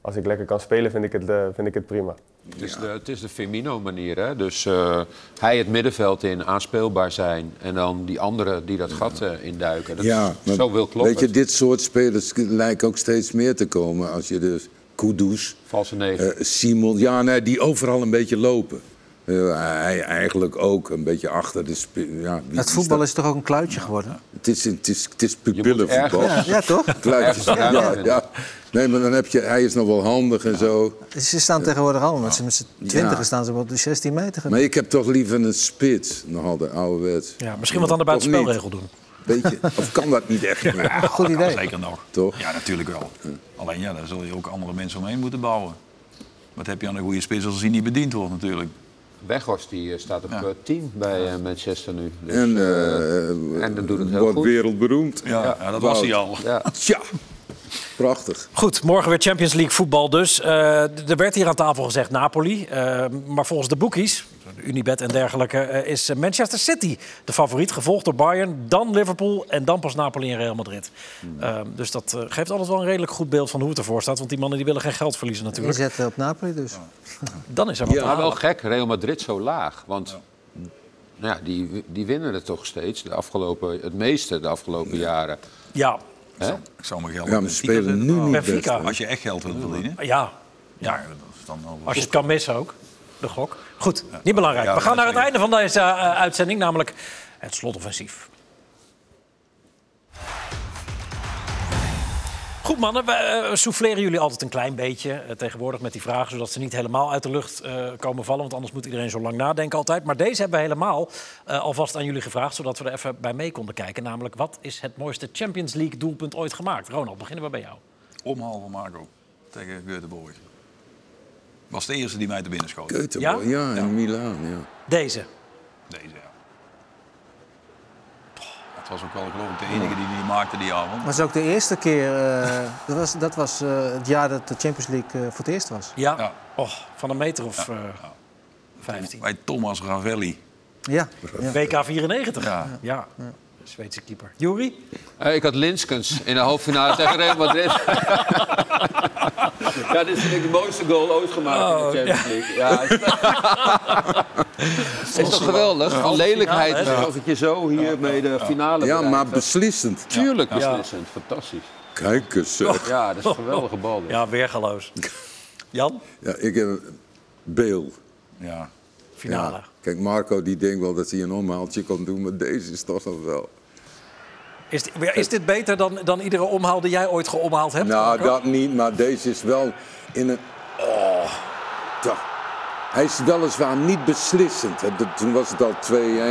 als ik lekker kan spelen, vind ik het, eh, vind ik het prima.
Het is, de, het is de Firmino-manier, hè? Dus eh, hij het middenveld in, aanspeelbaar zijn. En dan die anderen die dat gat eh, induiken. Dat
ja,
is,
maar
zo wil kloppen.
Weet je, dit soort spelers lijken ook steeds meer te komen. Als je dus Kudus,
Valse negen.
eh, Simon, ja, nee, die overal een beetje lopen. Eh, hij eigenlijk ook een beetje achter de spe- ja, wie-
Het
wie
voetbal
staat-
is toch ook een kluitje geworden?
Het is, het is, het is pupillenvoetbal.
ergens-
Ja, toch?
Kluitjes.
Ergens
Ja,
ruimte.
ja. Nee, maar dan heb je, hij is nog wel handig en zo.
Ze staan tegenwoordig allemaal met z'n- met z'n twintigen
Ja.
staan ze op de 16 meter.
Maar ik heb toch liever een spits, nog altijd ouderwets.
Ja, misschien wat aan de
Of niet?
buitenspelregel doen.
Beetje, of kan dat niet echt?
Ja,
Goed
dat kan
idee.
Zeker nog.
Toch?
Ja, natuurlijk wel. Alleen ja, daar zul je ook andere mensen omheen moeten bouwen. Wat heb je aan een goede spits als die niet bediend wordt natuurlijk.
Weghorst die eh, staat op eh, 10 bij eh, Manchester nu. Dus,
En,
eh,
eh,
en dat doet het heel
wordt
goed.
wereldberoemd.
Ja, ja, dat was hij al.
ja.
Tja, prachtig.
Goed, morgen weer Champions League voetbal dus. Eh, d- er werd hier aan tafel gezegd Napoli. eh, maar volgens de bookies, Unibet en dergelijke... eh, is Manchester City de favoriet, gevolgd door Bayern, dan Liverpool... en dan pas Napoli en Real Madrid. Eh, dus dat eh, geeft altijd wel een redelijk goed beeld van hoe het ervoor staat. Want die mannen die willen geen geld verliezen natuurlijk.
Inzetten op Napoli dus.
Dan is er wat aan.
Maar wel gek, Real Madrid zo laag. Want Nou ja, die, die winnen het toch steeds de afgelopen, het meeste de afgelopen jaren.
Ja,
Hè?
Ik zou mijn geld
Ja,
op
we
de
spelen
titel
nu niet best.
Oh, Benfica.
zetten. Als je echt geld wil verdienen.
ja,
Ja, dat is dan wel wat.
als je het kan missen ook. De gok. Goed, niet belangrijk.
Ja,
We gaan
dat
naar het
zeg ik.
einde van deze eh, uitzending, namelijk het slotoffensief. Goed mannen, we eh, souffleren jullie altijd een klein beetje eh, tegenwoordig met die vragen... zodat ze niet helemaal uit de lucht eh, komen vallen... want anders moet iedereen zo lang nadenken altijd. Maar deze hebben we helemaal eh, alvast aan jullie gevraagd... zodat we er even bij mee konden kijken. Namelijk, wat is het mooiste Champions League doelpunt ooit gemaakt? Ronald, beginnen we bij jou.
Omhaal van Marco tegen Göteborg. Was de eerste die mij te binnen schoot.
Göteborg,
Ja?
ja, in Milaan. Ja.
Deze.
Deze, ja. Oh, Het was ook wel geloof ik de enige die die maakte die avond.
Maar het is ook de eerste keer, eh, dat was, dat was eh, het jaar dat de Champions League eh, voor het eerst was.
Ja,
Ja.
Och, van een meter of eh 15.
Bij Thomas Ravelli.
Ja, ja.
WK 94. Ja.
Ja.
ja. Zweedse keeper. Juri?
Eh, ik had Linskens in de halve finale tegen Real Madrid. ja, dit is denk ik de mooiste goal ooit gemaakt in de Champions League. Ja. het is toch geweldig? Van lelijkheid.
finale, hè?
Als het je zo hier mee de finale
ja,
bereikt.
maar beslissend.
Tuurlijk beslissend. Fantastisch.
Kijk eens. zeg.
Oh.
Ja, dat is een geweldige bal. dus. dit.
Ja, weergaloos. Jan?
Ja, ik heb Beel.
Ja.
Finale.
Kijk, Marco die denkt wel dat hij een omhaaltje kan doen, maar deze is toch nog wel.
Is, di- is dit beter dan, dan iedere omhaal die jij ooit geomhaald hebt?
Nou,
Marco?
dat niet, maar deze is wel in een. Oh, dat. Hij is weliswaar niet beslissend. hè. Dat- Toen was het al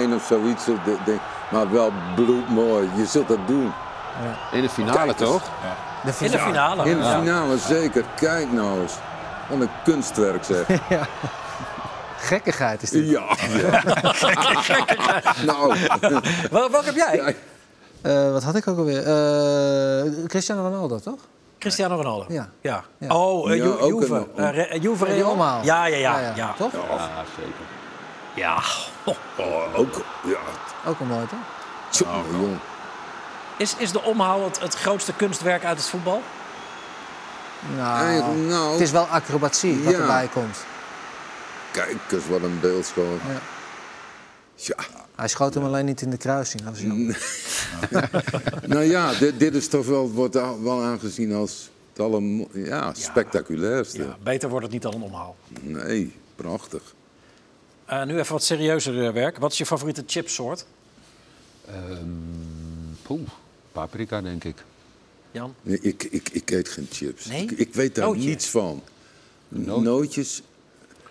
2-1 of zoiets. zo de- de- Maar wel bloedmooi. Je zult dat doen.
In de finale
Kijk eens.
toch?
In de finale.
In de
Ja.
finale zeker. Kijk nou eens. Wat een kunstwerk zeg.
Gekkigheid is dit.
Ja. nou.
Wel- Welke heb jij?
Ja,
Eh, wat had ik ook alweer? Eh, Cristiano Ronaldo, toch?
Cristiano Ronaldo.
Ja.
ja.
Ja.
Oh, eh,
Ja,
Ju-
ook een-
Juve. Eh, Re- eh, Juve
Ja, die
Real.
omhaal.
Ja, ja, ja. ja, ja.
Toch?
Ja, zeker.
Oh.
oh, ook. Ja. Nou,
Ook een mooi, toch?
Tjonge, jong.
Is, is de omhaal het, het grootste kunstwerk uit het voetbal?
Nou,
Eigenlijk, nou.
het is wel acrobatie wat
Ja.
erbij komt.
Kijk eens wat een beeldschoon.
Ja.
Ja.
Hij schoot hem alleen niet in de kruising. Dat was jammer.
Nou ja, dit, dit is toch wel, wordt a- wel aangezien als het allem, ja, spectaculairste.
Ja, beter wordt het niet dan een omhaal.
Nee, prachtig.
Eh, nu even wat serieuzer eh, werk. Wat is je favoriete chipsoort,
Ehm, poeh, paprika denk ik.
Jan?
Nee, ik, ik, ik eet geen chips.
Nee?
Ik, ik weet daar
Nootje?
niets van. Nootjes?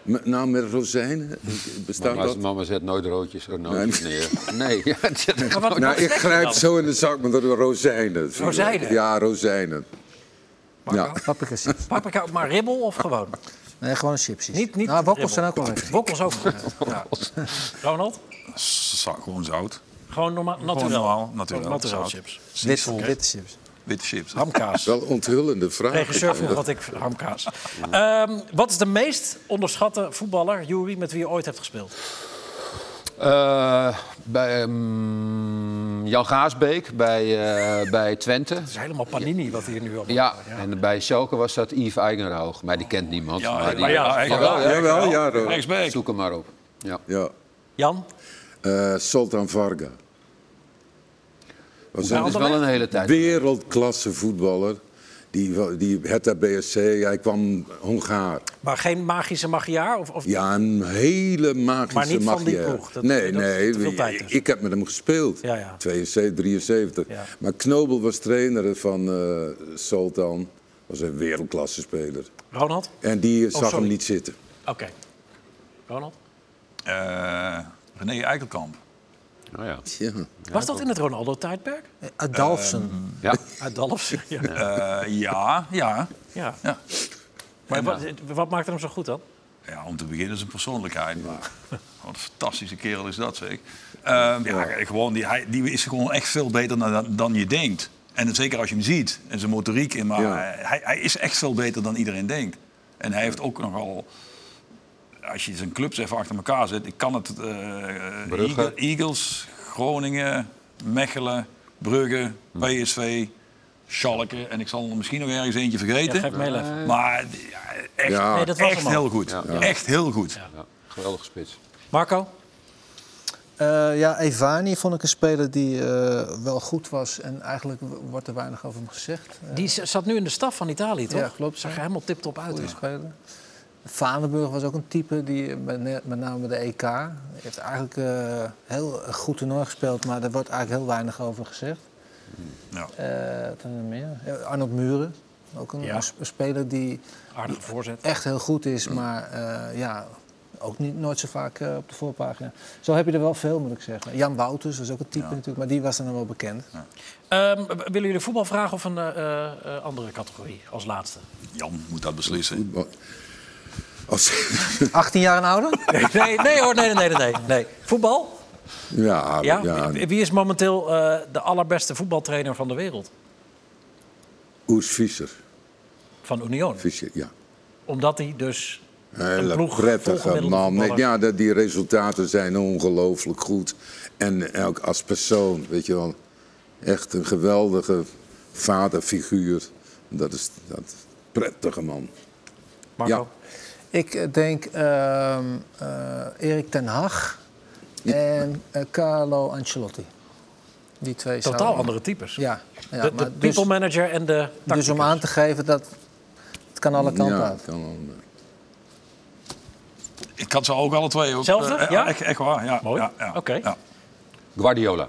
M- nou, met rozijnen? Bestaat
Mama,
dat?
mama zet nooit roodjes of nootjes neer. Nee, ja, het zet er
Maar wat-
Nou,
wat
ik
zeg je
grijp
dan?
zo in de zak met de rozijnen.
Rozijnen?
Ja, rozijnen. Ja.
Paprika chips.
Paprika, maar ribbel of gewoon?
Nee, gewoon chipsies.
Niet, niet
nou,
ribbel.
wokkels zijn ook wel lekker.
Wokkels ook. Ja. Ronald?
Sa- Gewoon zout.
Gewoon normaal, natuurlijk.
Gewoon normaal, natuurlijk.
Naturel
Zout.
chips.
Wit,
Sinaasappel,
witte chips.
witte chips.
Hamkaas.
Wel onthullende vraag.
Regisseur vroeg wat ik hamkaas. Ehm, wat is de meest onderschatte voetballer, Jury, met wie je ooit hebt gespeeld?
Eh, bij ehm, Jan Gaasbeek bij, eh, bij Twente.
Het is helemaal panini wat hier nu allemaal...
Ja, en bij Schalke was dat Yves Eigenhoog. Maar die kent niemand.
Ja,
maar die,
maar ja,
Jawel, ja.
Jawel, ja, Ro.
Rechtsback.
Zoek hem maar op. Ja.
Ja.
Jan?
Eh, Sultan Varga. Was
Dat is wel een hele tijd.
Wereldklasse voetballer. Die, wa- die Hertha BSC, hij kwam Hongaar.
Maar geen magische magiaar? Of, of...
Ja, een hele magische
Maar niet van die
magiaar.
ploeg, dat-
nee,
dat is
nee.
te veel tijd
ik-
dus.
Ik heb met hem gespeeld.
Ja, ja.
72, 73.
Ja.
Maar Knobel was trainer van eh, Sultan. Was een wereldklasse speler.
Ronald?
En die zag
Oh, sorry.
hem niet zitten.
Oké. Ronald?
Eh, René Eikelkamp.
Nou ja.
Ja.
Was dat in het Ronaldo-tijdperk?
Eh, Adolfsen.
Ja.
Uit Dalfsen, ja.
Eh, ja, ja.
ja.
ja.
Maar wat, wat maakte hem zo goed dan?
Ja, om te beginnen zijn persoonlijkheid. Maar wat een fantastische kerel is dat, zeg. Ehm, ja, gewoon, die, hij, die is gewoon echt veel beter dan, dan je denkt. En zeker als je hem ziet en zijn motoriek. En maar
Ja.
hij, hij is echt veel beter dan iedereen denkt. En hij heeft ook nogal... Als je zijn clubs even achter elkaar zet... Ik kan het... eh,
Brugge.
Eagle- Eagles, Groningen, Mechelen, Brugge, PSV, Schalke. En ik zal er misschien nog ergens eentje
Ja, geef
vergeten.
me heel even.
maar ja, echt,
Ja.
Nee, dat was
echt
hem al.
heel goed. Echt heel goed.
ja. Geweldige spits.
Marco?
Eh, ja, Evani vond ik een speler die eh, wel goed was. En eigenlijk w- wordt er weinig over hem gezegd. Eh,
Die z- zat nu in de staf van Italië, toch?
Ja, klopt.
Zag er helemaal tip-top uit.
goede
hè?
speler. Vanenburg was ook een type die met, ne- met name bij de EK. die heeft eigenlijk eh, heel goed toernooi gespeeld, maar daar wordt eigenlijk heel weinig over gezegd.
Ja.
Eh, wat hebben we meer? Ja, Arnold Muren, ook een
Ja.
sp- speler die
Aardige voorzet.
echt heel goed is, maar eh, ja, ook niet, nooit zo vaak eh, op de voorpagina. Zo heb je er wel veel, moet ik zeggen. Jan Wouters was ook een type natuurlijk, maar die was dan wel bekend.
Ehm, w- willen jullie voetbal vragen of een eh, eh, andere categorie als laatste?
Jan moet dat beslissen.
Wat- Als,
18 jaar en ouder?
Nee, nee hoor, nee, nee, nee, nee. nee. Voetbal?
ja,
Ja?
ja.
Wie- Wie is momenteel eh, de allerbeste voetbaltrainer van de wereld?
Oes Visser.
Van Union.
Visser, ja.
Omdat hij dus een
Hele
ploeg
prettige
volgemiddelde
man. Nee,
voetballer-
ja, dat- die resultaten zijn ongelooflijk goed. En ook als persoon, weet je wel. Echt een geweldige vaderfiguur. Dat is dat prettige man.
Marco?
Ja.
Ik eh, denk ehm, eh, Erik ten Hag en eh, Carlo Ancelotti. Die twee
Totaal
zouden-
andere types.
Ja, ja
de de
maar
people
dus,
manager en de
dus om
tacticus.
aan te geven dat het kan alle kanten
ja,
uit.
kan wel.
Ik had ze ook alle twee. Ook,
Zelfde?
eh,
Ja?
Echt, echt waar, ja.
Mooi.
Ja, ja,
Oké.
ja.
Guardiola.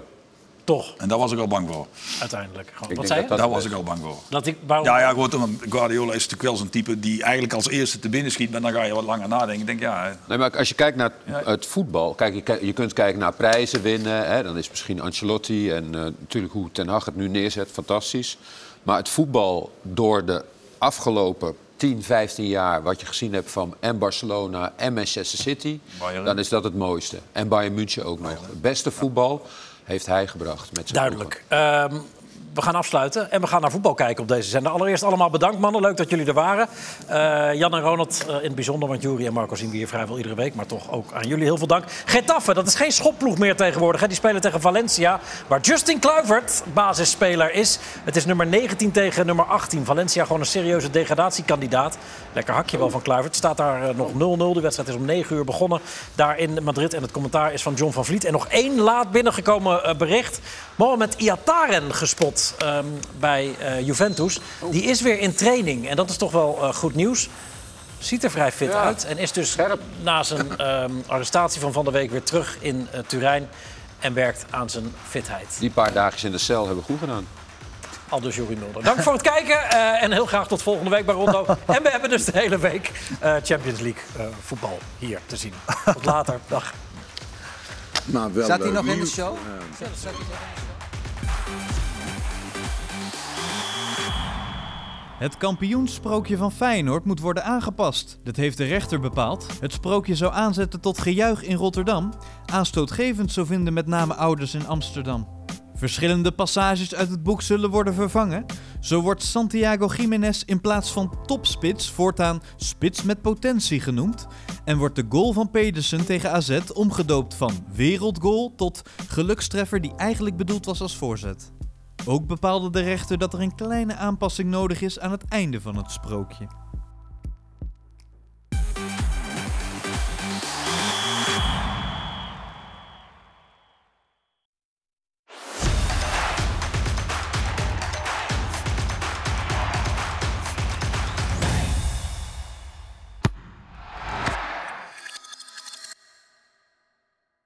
Toch,
En daar was ik al bang voor.
uiteindelijk. Gewoon. Wat
Ik denk
zei je?
dat
Daar was ik al bang voor.
Dat ik, waarom,
Ja, ja, goed, want Guardiola is natuurlijk wel zo'n type die eigenlijk als eerste te binnen schiet. Maar dan ga je wat langer nadenken. Ik denk, ja,
Nee, maar als je kijkt naar het voetbal, kijk, je, ki- je kunt kijken naar prijzen winnen. Hè, dan is misschien Ancelotti en eh, natuurlijk hoe Ten Hag het nu neerzet, fantastisch. Maar het voetbal door de afgelopen 10, 15 jaar, wat je gezien hebt van en Barcelona en Manchester City,
Bayern.
dan is dat het mooiste. En Bayern München ook nog. Het beste voetbal heeft hij gebracht met zijn ploegen.
Duidelijk. Ehm, we gaan afsluiten en we gaan naar voetbal kijken op deze zender. Allereerst allemaal bedankt, mannen. Leuk dat jullie er waren. Eh, Jan en Ronald eh, in het bijzonder, want Jury en Marco zien we hier vrijwel iedere week. Maar toch ook aan jullie heel veel dank. Getafe, dat is geen schopploeg meer tegenwoordig. Hè. Die spelen tegen Valencia, waar Justin Kluivert basisspeler is. Het is nummer 19 tegen nummer 18. Valencia gewoon een serieuze degradatiekandidaat. Lekker hakje wel van Kluivert. Staat daar eh, nog 0-0. De wedstrijd is om 9 uur begonnen daar in Madrid. En het commentaar is van John van Vliet. En nog één laat binnengekomen eh, bericht. Mohamed Iataren gespot ehm, bij eh, Juventus. Die is weer in training. En dat is toch wel eh, goed nieuws. Ziet er vrij fit uit. En is dus na zijn ehm, arrestatie van van de week weer terug in eh, Turijn. En werkt aan zijn fitheid.
Die paar dagjes in de cel hebben goed gedaan.
Aldus Jurie Mulder. Dank voor het kijken eh, en heel graag tot volgende week bij Rondo. en we hebben dus de hele week eh, Champions League eh, voetbal hier te zien. Tot later. Dag.
Maar wel
Staat hij
leuk
nog in de
nieuws.
show?
Het kampioenssprookje van Feyenoord moet worden aangepast. Dat heeft de rechter bepaald. Het sprookje zou aanzetten tot gejuich in Rotterdam, aanstootgevend zou vinden met name ouders in Amsterdam. Verschillende passages uit het boek zullen worden vervangen. Zo wordt Santiago Jiménez in plaats van topspits voortaan spits met potentie genoemd. En wordt de goal van Pedersen tegen AZ omgedoopt van wereldgoal tot gelukstreffer die eigenlijk bedoeld was als voorzet. Ook bepaalde de rechter dat er een kleine aanpassing nodig is aan het einde van het sprookje.